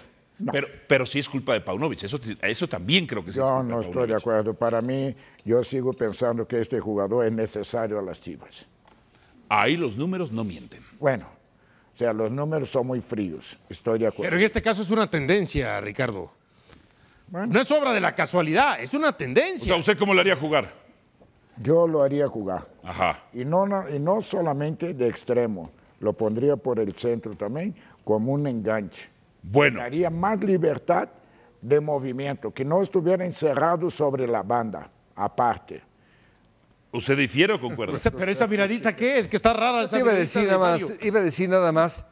S6: Pero, pero sí es culpa de Paunovic. Eso, eso también creo que sí Pues es
S2: Yo
S6: culpa
S2: no
S6: de
S2: estoy de
S6: Paunovic.
S2: acuerdo. Para mí, yo sigo pensando que este jugador es necesario a las Chivas.
S6: Ahí los números no mienten.
S2: Bueno, o sea, los números son muy fríos. Estoy de
S8: Pues
S2: acuerdo.
S5: Pero en este caso es una tendencia, Ricardo. No es obra de la casualidad, es una
S6: O
S5: tendencia.
S6: sea, ¿usted cómo le haría jugar?
S2: Yo lo haría jugar.
S6: Ajá.
S2: Y no, no- y no solamente de extremo. Lo pondría por el centro también, como un enganche.
S6: Bueno,
S2: Daría más libertad de movimiento, que no estuviera encerrado sobre la banda, aparte.
S6: ¿usted difiere o concuerda?
S5: Esa- pero esa miradita, ¿qué es? Que está rara
S8: Yo
S5: esa
S8: te iba a
S5: miradita
S8: decir
S5: de
S8: nada más, eh,
S5: Mario.
S8: iba a decir nada más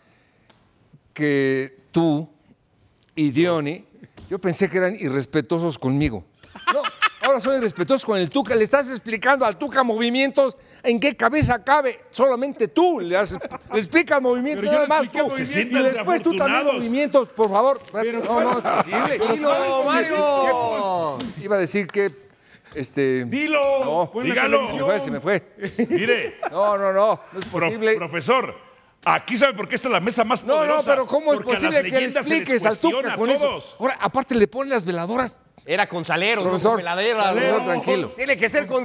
S8: que tú y Diony, yo pensé que eran irrespetuosos conmigo. No, ahora son irrespetuosos con el Tuca. Le estás explicando al Tuca movimientos en qué cabeza cabe. Solamente tú le, haces- le explicas movimientos.
S5: Pero yo
S8: nada
S5: le
S8: más
S5: expliqué
S8: tú.
S5: muy
S8: Y
S6: bien. Se sientan
S8: después tú también
S6: desafortunados.
S8: movimientos, por favor. no, no, es posible. Dilo, Mario. Iba a decir que, este...
S6: ¡Dilo!
S8: No,
S6: ¡Dígalo!
S8: Se me fue, se me fue. <laughs>
S6: Mire,
S8: No, no, no. No es
S6: pro-
S8: posible.
S6: profesor, aquí sabe por qué esta es la mesa más
S8: No,
S6: poderosa.
S8: no, pero ¿cómo es
S6: Porque a las
S8: posible que le
S6: leyendas se les
S8: expliques al
S6: cuestiona
S8: Tuca
S6: a
S8: con
S6: todos.
S8: eso? Ahora, aparte le ponen las veladoras.
S4: Era con Salero, no
S8: Profesor,
S4: con Veladera.
S8: Salero,
S4: ¿no?
S8: tranquilo.
S4: Tiene que ser con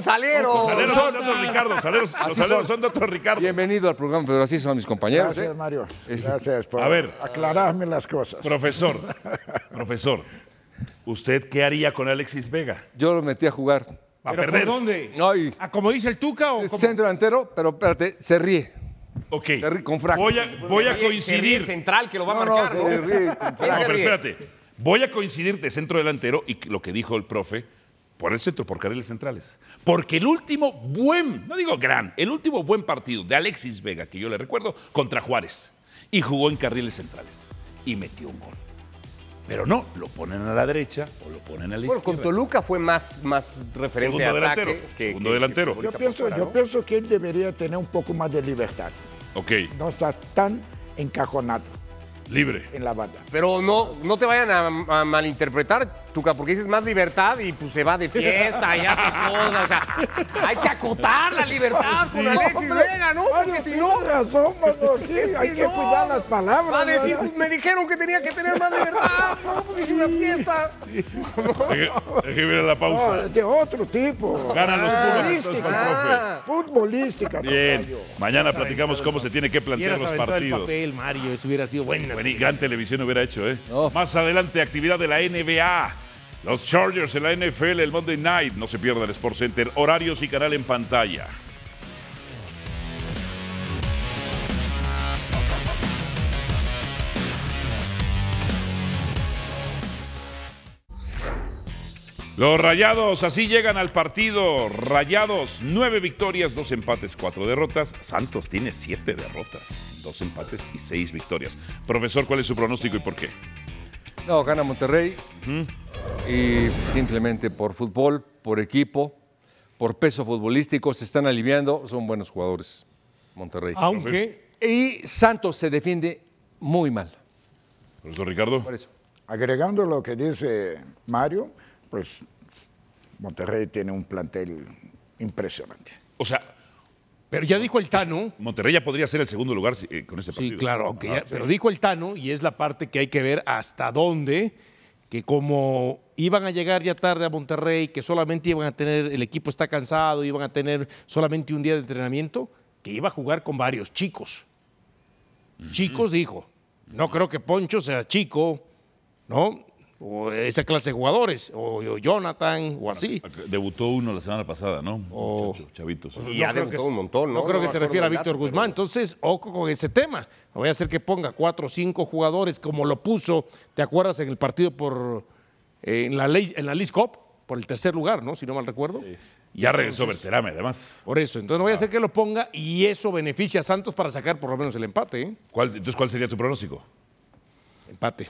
S6: Los
S4: Salero.
S6: saleros son de otro Ricardo. saleros- los saleros son de otro Ricardo.
S8: Bienvenido al programa, pero así son mis compañeros.
S2: Gracias,
S8: ¿eh?
S2: Mario. Gracias por
S6: A ver.
S2: aclararme las cosas.
S6: Profesor, profesor, ¿usted qué haría con Alexis Vega?
S8: Yo lo metí a jugar.
S6: ¿Va a
S5: ¿Pero
S6: perder?
S5: por dónde?
S8: Ay.
S5: ¿A como dice el Tuca o como-
S8: Centro delantero, pero espérate, se ríe.
S6: Ok.
S8: ríe con frac.
S6: Voy a, voy a
S4: Oye, Terry, el
S6: coincidir.
S4: central que lo va
S8: No,
S4: a
S8: no,
S4: marcar.
S8: se
S4: ¿no?
S8: ríe con
S6: No,
S8: frac.
S6: pero espérate. Voy a coincidir de centro delantero y lo que dijo el profe, por el centro, por carriles centrales. Porque el último buen, no digo gran, el último buen partido de Alexis Vega, que yo le recuerdo, contra Juárez. Y jugó en carriles centrales. Y metió un gol. Pero no, lo ponen a la derecha o lo ponen a la
S4: Bueno, con
S6: izquierda.
S4: Toluca fue más, más referente
S6: Segundo
S4: a ataque.
S6: delantero,
S4: que-
S6: segundo
S4: que-
S6: delantero.
S4: que
S2: yo,
S4: por
S2: pienso,
S4: fuera,
S2: yo
S4: ¿no?
S2: pienso que él debería tener un poco más de libertad.
S6: Ok,
S2: No está tan encajonado
S6: libre.
S2: en la banda.
S4: Pero no, no te vayan a, a malinterpretar, Tuca, porque dices más libertad y pues se va de fiesta y hace cosas. O sea, hay que acotar la libertad con Alexis
S2: Hombre,
S4: Vega, ¿no?
S2: Mario,
S4: Porque si
S2: tiene
S4: no,
S2: razón,
S4: <laughs>
S2: mano, aquí hay
S4: si
S2: que
S4: no,
S2: cuidar las palabras.
S4: Va a decir,
S2: ¿verdad?
S4: pues, me dijeron que tenía que tener más libertad, ¿no? Pues hice una fiesta.
S5: <laughs>
S6: Hay que, hay que ver la
S2: No,
S5: Ah,
S6: pausa.
S2: es de otro tipo.
S6: Ganan los Pumas entonces con el profe.
S2: Futbolística. Futbolística.
S5: Ah,
S6: Bien,
S2: tocayo.
S6: mañana platicamos cómo se tiene que plantear
S5: Hubieras
S6: los
S5: aventado el
S6: partidos.
S5: papel, Mario, eso hubiera sido buena.
S6: Vení, gran televisión hubiera hecho, ¿eh? Más adelante, actividad de la NBA. Los Chargers en la NFL, el Monday Night. No se pierda el Sports Center. Horarios y canal en pantalla. Los Rayados así llegan al partido. Rayados, nueve victorias, dos empates, cuatro derrotas. Santos tiene siete derrotas, dos empates y seis victorias. Profesor, ¿cuál es su pronóstico y por qué?
S8: No, gana Monterrey. Y simplemente por fútbol, por equipo, por peso futbolístico, se están aliviando. Son buenos jugadores, Monterrey.
S5: Aunque
S8: Y Santos se defiende muy mal.
S6: Profesor Ricardo.
S8: Por eso.
S2: Agregando lo que dice Mario, pues Monterrey tiene un plantel impresionante.
S6: O sea,
S5: Pero ya dijo el Tano.
S6: Monterrey ya podría ser el segundo lugar si- eh, con este partido.
S5: Sí, claro, aunque ya- pero dijo el Tano, y es la parte que hay que ver hasta dónde, que como iban a llegar ya tarde a Monterrey, que solamente iban a tener, el equipo está cansado, iban a tener solamente un día de entrenamiento, que iba a jugar con varios chicos. Chicos, dijo. No creo que Poncho sea chico, ¿no? O esa clase de jugadores, o, o Jonathan, o así.
S6: Debutó uno la semana pasada, ¿no?
S5: Oh.
S6: Muchacho, Chavitos.
S4: Y ya debutó un montón, ¿no?
S5: No, creo que
S4: me
S5: se
S4: acuerdo
S5: refiera a
S4: del dato,
S5: Víctor Guzmán.
S4: pero-
S5: Entonces, ojo con ese tema. No Voy a hacer que ponga cuatro o cinco jugadores, como lo puso, ¿te acuerdas? En el partido por. eh, en la ley, en la League Cup, por el tercer lugar, ¿no? Si no mal recuerdo.
S6: Ya regresó Berterame, además.
S5: Por eso. Entonces, no
S4: ah.
S5: voy a hacer que lo ponga y eso beneficia a Santos para sacar por lo menos el empate. ¿eh?
S6: ¿Cuál- entonces, ¿cuál sería tu pronóstico?
S5: Empate.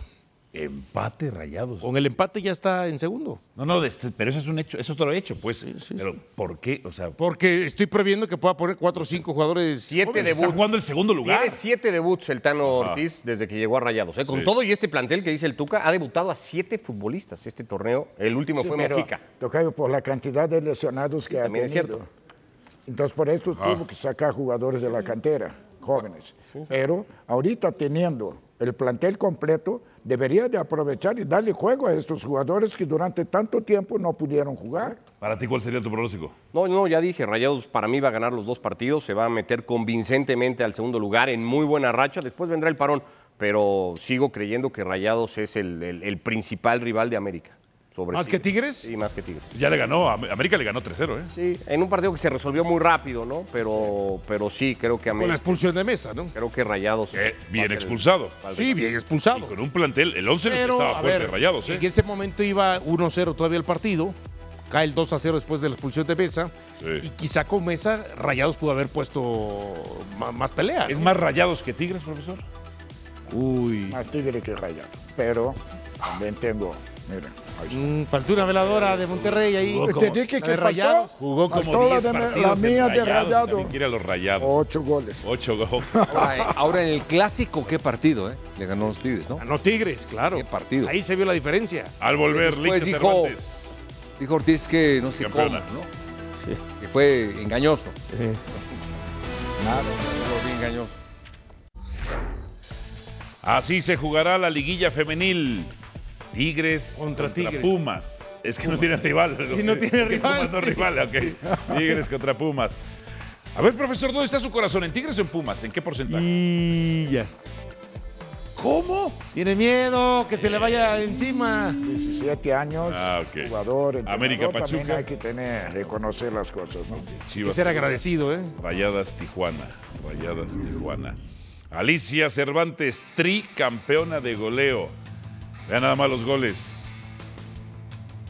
S6: Empate rayados.
S5: Con el empate ya está en segundo.
S6: No, no, este, pero eso es un hecho, eso es lo hecho, pues. pero ¿por qué? O sea,
S5: Porque estoy previendo que pueda poner cuatro o cinco jugadores.
S4: Siete
S5: jóvenes.
S6: está
S4: debuts.
S6: jugando el segundo lugar.
S4: Tiene siete debuts el Tano Ortiz desde que llegó a Rayados. ¿eh? Con
S6: Sí.
S4: todo y este plantel que dice el Tuca, ha debutado a siete futbolistas este torneo. El último fue
S2: Pero,
S4: Mojica.
S2: Tocayo, por la cantidad de lesionados que ha
S4: también
S2: tenido.
S4: es cierto.
S2: Entonces, por
S6: Ah.
S2: esto tuvo que sacar jugadores de la cantera, jóvenes. Pero ahorita teniendo el plantel completo, debería de aprovechar y darle juego a estos jugadores que durante tanto tiempo no pudieron jugar.
S6: Para ti, ¿cuál sería tu pronóstico?
S4: No, no, ya dije, Rayados para mí va a ganar los dos partidos, se va a meter convincentemente al segundo lugar en muy buena racha, después vendrá el parón, pero sigo creyendo que Rayados es el, el- el principal rival de América. sobre
S5: ¿Más que Tigres?
S4: Sí, más que Tigres.
S6: Ya le ganó, Am- América le ganó 3-0, ¿eh?
S4: Sí, en un partido que se resolvió muy rápido, ¿no? Pero, pero sí, creo que
S5: Con la
S4: América,
S5: expulsión de mesa, ¿no?
S4: creo que Rayados.
S6: Eh,
S4: va a
S6: bien
S4: ser-
S6: expulsado.
S5: Sí, bien
S6: Y
S5: expulsado.
S6: con un plantel, el 11 en el que
S5: Pero,
S6: pues, estaba
S5: a
S6: fuerte,
S5: ver,
S6: rayados, ¿eh?
S5: en ese momento iba 1-0 todavía el partido, cae el 2-0 después de la expulsión de Mesa,
S6: Sí.
S5: y quizá con Mesa Rayados pudo haber puesto ma- más pelea.
S6: ¿Es
S5: ¿no?
S6: más rayados que Tigres, profesor?
S5: Uy,
S2: Más tigre que rayado. Pero también tengo, miren, ahí está.
S5: mm, faltó una veladora de Monterrey ahí.
S6: Jugó
S2: Te
S6: como-
S2: dije
S5: la
S2: que
S5: de
S2: faltó,
S5: Rayados.
S6: Jugó como
S2: faltó la,
S6: 10
S2: de- la
S6: partidos en
S2: mía de Oh.
S6: Rayados y
S2: rayado.
S6: También quiere a los rayados.
S2: Ocho goles.
S6: 8 goles.
S8: Ahora, ahora en el clásico, qué partido, ¿eh? Le ganó los Tigres, ¿no?
S5: Ganó Tigres, claro.
S8: Qué partido.
S5: Ahí se vio la diferencia.
S6: Al volver,
S8: Después
S6: Licha
S8: dijo-
S6: Cervantes.
S8: Dijo Ortiz que no sé
S6: Campeona.
S8: cómo, ¿no? Que fue engañoso. Claro, lo vi engañoso.
S6: Así se jugará la liguilla femenil. Tigres
S5: Contra Tigres.
S6: Pumas. Es que no tiene rival.
S5: Sí, no tiene
S6: Que
S5: rival,
S6: Pumas no es
S5: sí.
S6: rival, ok. Tigres contra Pumas. A ver, profesor, ¿dónde está su corazón? ¿En Tigres o en Pumas? ¿En qué porcentaje?
S5: Y ya. ¿Cómo? Tiene miedo que se le vaya encima.
S2: 17 años,
S6: Ah, ok.
S2: jugador, entrenador,
S6: América,
S2: también
S6: Pachuca.
S2: hay que tener, reconocer las cosas, ¿no?
S5: Que
S6: Chivas.
S5: ser agradecido, ¿eh?
S6: Rayadas Tijuana. Rayadas Tijuana. Alicia Cervantes, tricampeona de goleo. Vean nada más los goles.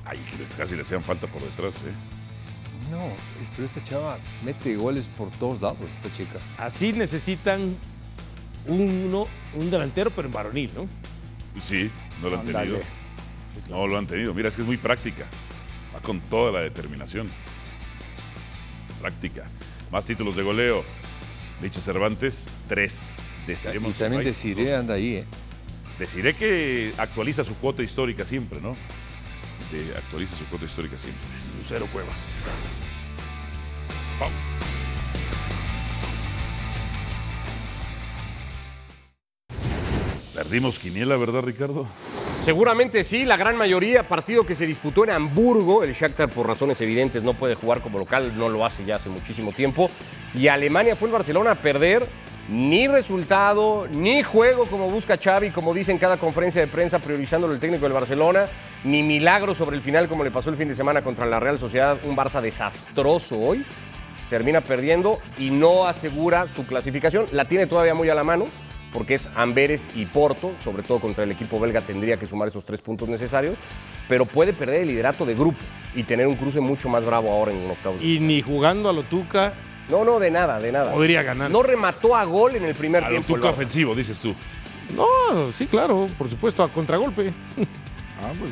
S6: Ay, que les- casi le hacían falta por detrás, ¿eh?
S8: No, es- pero esta chava mete goles por todos lados, esta chica.
S5: Así necesitan uno, un delantero, pero en varonil, ¿no?
S6: Sí, no lo han
S2: Ándale.
S6: tenido. No lo han tenido. Mira, es que es muy práctica. Va con toda la determinación. Práctica. Más títulos de goleo. Licha Cervantes, tres. De
S8: Y también Desiree anda ahí, ¿eh?
S6: Deciré que actualiza su cuota histórica siempre, ¿no? De- actualiza su cuota histórica siempre. Lucero Cuevas. Vamos. Perdimos quiniela, ¿verdad, Ricardo?
S4: Seguramente sí, la gran mayoría. Partido que se disputó en Hamburgo. El Shakhtar, por razones evidentes, no puede jugar como local. No lo hace ya hace muchísimo tiempo. Y Alemania fue el Barcelona a perder. Ni resultado, ni juego como busca Xavi, como dice en cada conferencia de prensa, priorizándolo el técnico del Barcelona. Ni milagro sobre el final, como le pasó el fin de semana contra la Real Sociedad. Un Barça desastroso hoy. Termina perdiendo y no asegura su clasificación. La tiene todavía muy a la mano porque es Amberes y Porto, sobre todo contra el equipo belga tendría que sumar esos tres puntos necesarios, pero puede perder el liderato de grupo y tener un cruce mucho más bravo ahora en octavos.
S5: Y ni jugando a lo Tuca
S4: No, no, de nada, de nada.
S5: podría ganar.
S4: No remató a gol en el primer
S6: A lo
S4: tiempo. el
S6: tuca
S4: Barça.
S6: ofensivo, dices tú.
S5: No, sí, claro, por supuesto, a contragolpe.
S2: Ah, pues.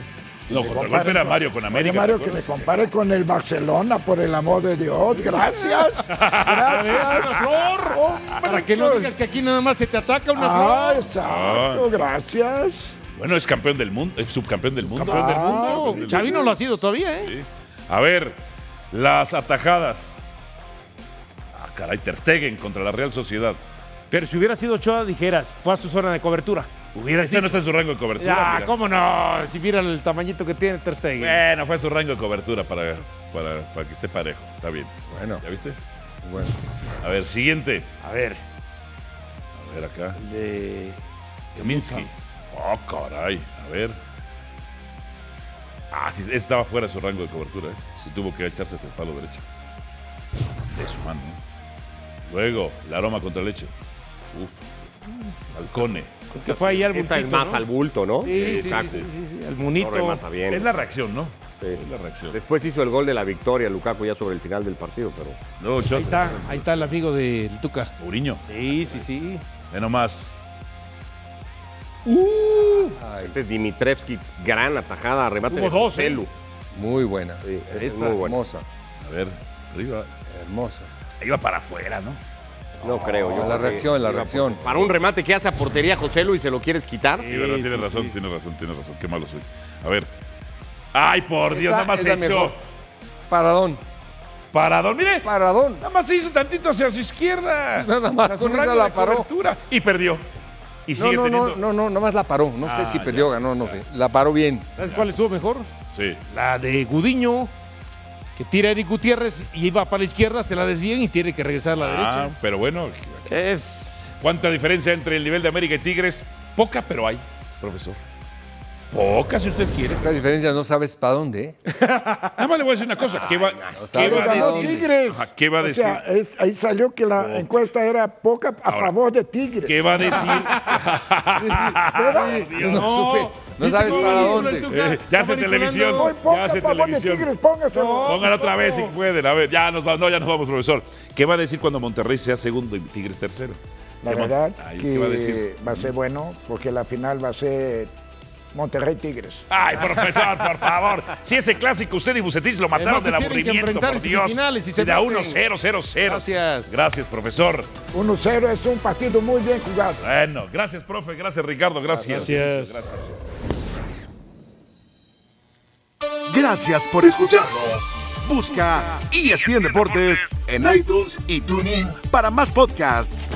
S6: No,
S2: Que
S6: contra el
S2: compare
S6: golpe era
S2: con-
S6: Mario con América.
S2: Oye, Mario,
S6: ¿te
S2: que me
S6: acuerdas?
S2: compare con el Barcelona, por el amor de Dios. Gracias.
S6: <laughs>
S2: Gracias. Hombre,
S5: Para que no digas que aquí nada más se te ataca una
S2: Ah,
S5: flor.
S2: exacto. Gracias.
S6: Bueno, es campeón del mundo, es subcampeón del mundo.
S2: Subcampeón del mundo.
S6: Campeón del
S5: No, Xavi no lo ha sido todavía, ¿eh?
S6: A ver, las atajadas. Ah, caray, Ter Stegen contra la Real Sociedad.
S11: Pero si hubiera sido Ochoa, dijeras, fue a su zona de cobertura. Hubieras
S6: Este no
S11: dicho.
S6: está en su rango de cobertura.
S11: Ah,
S6: mira.
S11: ¿cómo no? Si mira el tamañito que tiene Ter Stegen.
S6: Bueno, fue su rango de cobertura para, para, para que esté parejo. Está bien.
S8: Bueno.
S6: ¿Ya viste?
S8: Bueno,
S6: A ver, siguiente.
S11: A ver,
S6: A ver acá.
S11: de...
S6: Minsky. Oh, caray. A ver. Ah, sí, estaba fuera de su rango de cobertura. ¿eh? Se tuvo que echarse hacia el palo derecho. De su mano. ¿eh? Luego, la aroma contra leche. Uf. Balcone.
S11: que fue ahí al
S4: Esta es
S11: bultito,
S4: más
S11: ¿no?
S4: al bulto, ¿no?
S11: Sí, sí,
S4: Lukaku.
S11: sí, sí, sí, sí, al
S4: No
S11: munito.
S4: remata
S6: Eh, Es
S4: bien.
S6: la reacción, ¿no?
S4: Sí.
S6: Es la reacción.
S4: Después hizo el gol de la victoria Lukaku ya sobre el final del partido, pero
S6: Luego,
S5: Ahí
S6: Chelsea.
S5: está, ahí está el amigo del Tuca.
S6: Mourinho.
S11: Sí, sí, sí.
S6: Ve nomás.
S4: este es Dimitrevski, gran atajada, arrebate
S5: Hubo
S4: de
S5: dos,
S4: Joselu.
S8: muy buena.
S4: Sí, esta es
S8: Esta,
S4: muy buena.
S8: hermosa,
S6: A ver. Arriba.
S8: hermosa. esta.
S6: Iba para afuera, ¿no?
S4: No creo yo.
S8: la
S4: creo que
S8: reacción,
S4: iba
S8: la
S4: por-
S8: reacción.
S4: Para un remate que hace a portería Joselu y se lo quieres quitar.
S6: Sí, verdad, tienes razón, tienes razón, tienes razón. Qué malo soy. A ver. Ay, por Dios, nada más
S8: es la
S6: hecho.
S8: mejor. Paradón,
S6: Paradón, mire.
S8: paradón.
S6: Nada más se hizo tantito hacia su izquierda.
S8: Nada más,
S6: Hacia su
S8: con esa
S6: rango
S8: la
S6: de
S8: paró.
S6: cobertura. Y perdió. Y
S8: no,
S6: sigue
S8: no,
S6: teniendo.
S8: no, no, no, nomás la paró. No
S6: Ah,
S8: sé si
S6: ya,
S8: perdió o ganó, no sé. La paró bien.
S5: ¿Sabes cuál estuvo mejor?
S6: Sí.
S5: La de Gudiño, que tira a Eric Gutiérrez y va para la izquierda, se la desvían y tiene que regresar a la
S6: Ah,
S5: derecha.
S6: pero bueno. ¿Cuánta diferencia entre el nivel de América y Tigres? Poca, pero hay, profesor. Poca, si usted quiere.
S8: La diferencia no sabes para dónde. ¿eh?
S6: Nada más le voy a decir una cosa. ¿Qué va, ¿qué
S8: sabes
S6: va
S8: a
S6: a
S8: dónde.
S6: decir?
S2: Tigres.
S6: Ajá, ¿Qué va a
S2: O
S6: decir?
S2: sea, es- ahí salió que la encuesta era poca a
S6: Ahora,
S2: favor de Tigres.
S6: ¿Qué Ah, va a decir?
S2: ¿Verdad?
S6: Dios.
S8: <laughs> No supe, no
S5: Sí,
S8: sabes
S5: sí,
S8: para
S5: sí,
S8: dónde.
S5: el Tuca.
S6: Eh, ya
S5: Está
S6: hace
S5: manipulando.
S6: televisión.
S2: Soy
S6: ya
S2: poca a
S6: hace
S2: favor de
S6: televisión.
S2: Tigres, póngaselo.
S6: Póngalo otra vez si pueden. A ver, ya nos vamos, no, ya nos vamos, profesor. ¿Qué va a decir cuando Monterrey sea segundo y Tigres tercero?
S2: La
S6: ¿Qué va-
S2: verdad
S6: Ay, ¿qué
S2: que
S6: va
S2: va
S6: a decir?
S2: a, ser bueno porque la final va a ser Monterrey Tigres.
S6: Ay, profesor,
S5: <laughs>
S6: por favor. Si ese clásico usted y Bucetich lo mataron
S5: Además, se
S6: del
S5: tienen que
S6: aburrimiento,
S5: enfrentar
S6: por
S5: en
S6: Dios.
S5: semifinales y se
S6: Y da
S5: maten.
S6: 1-0, 0-0.
S5: Gracias.
S6: Gracias, profesor.
S2: 1-0 es un partido muy bien jugado.
S6: Bueno, gracias, profe. Gracias, Ricardo. Gracias.
S11: Gracias.
S6: Gracias.
S1: Gracias por E escucharnos. Busca ESPN Deportes en iTunes y TuneIn para más podcasts.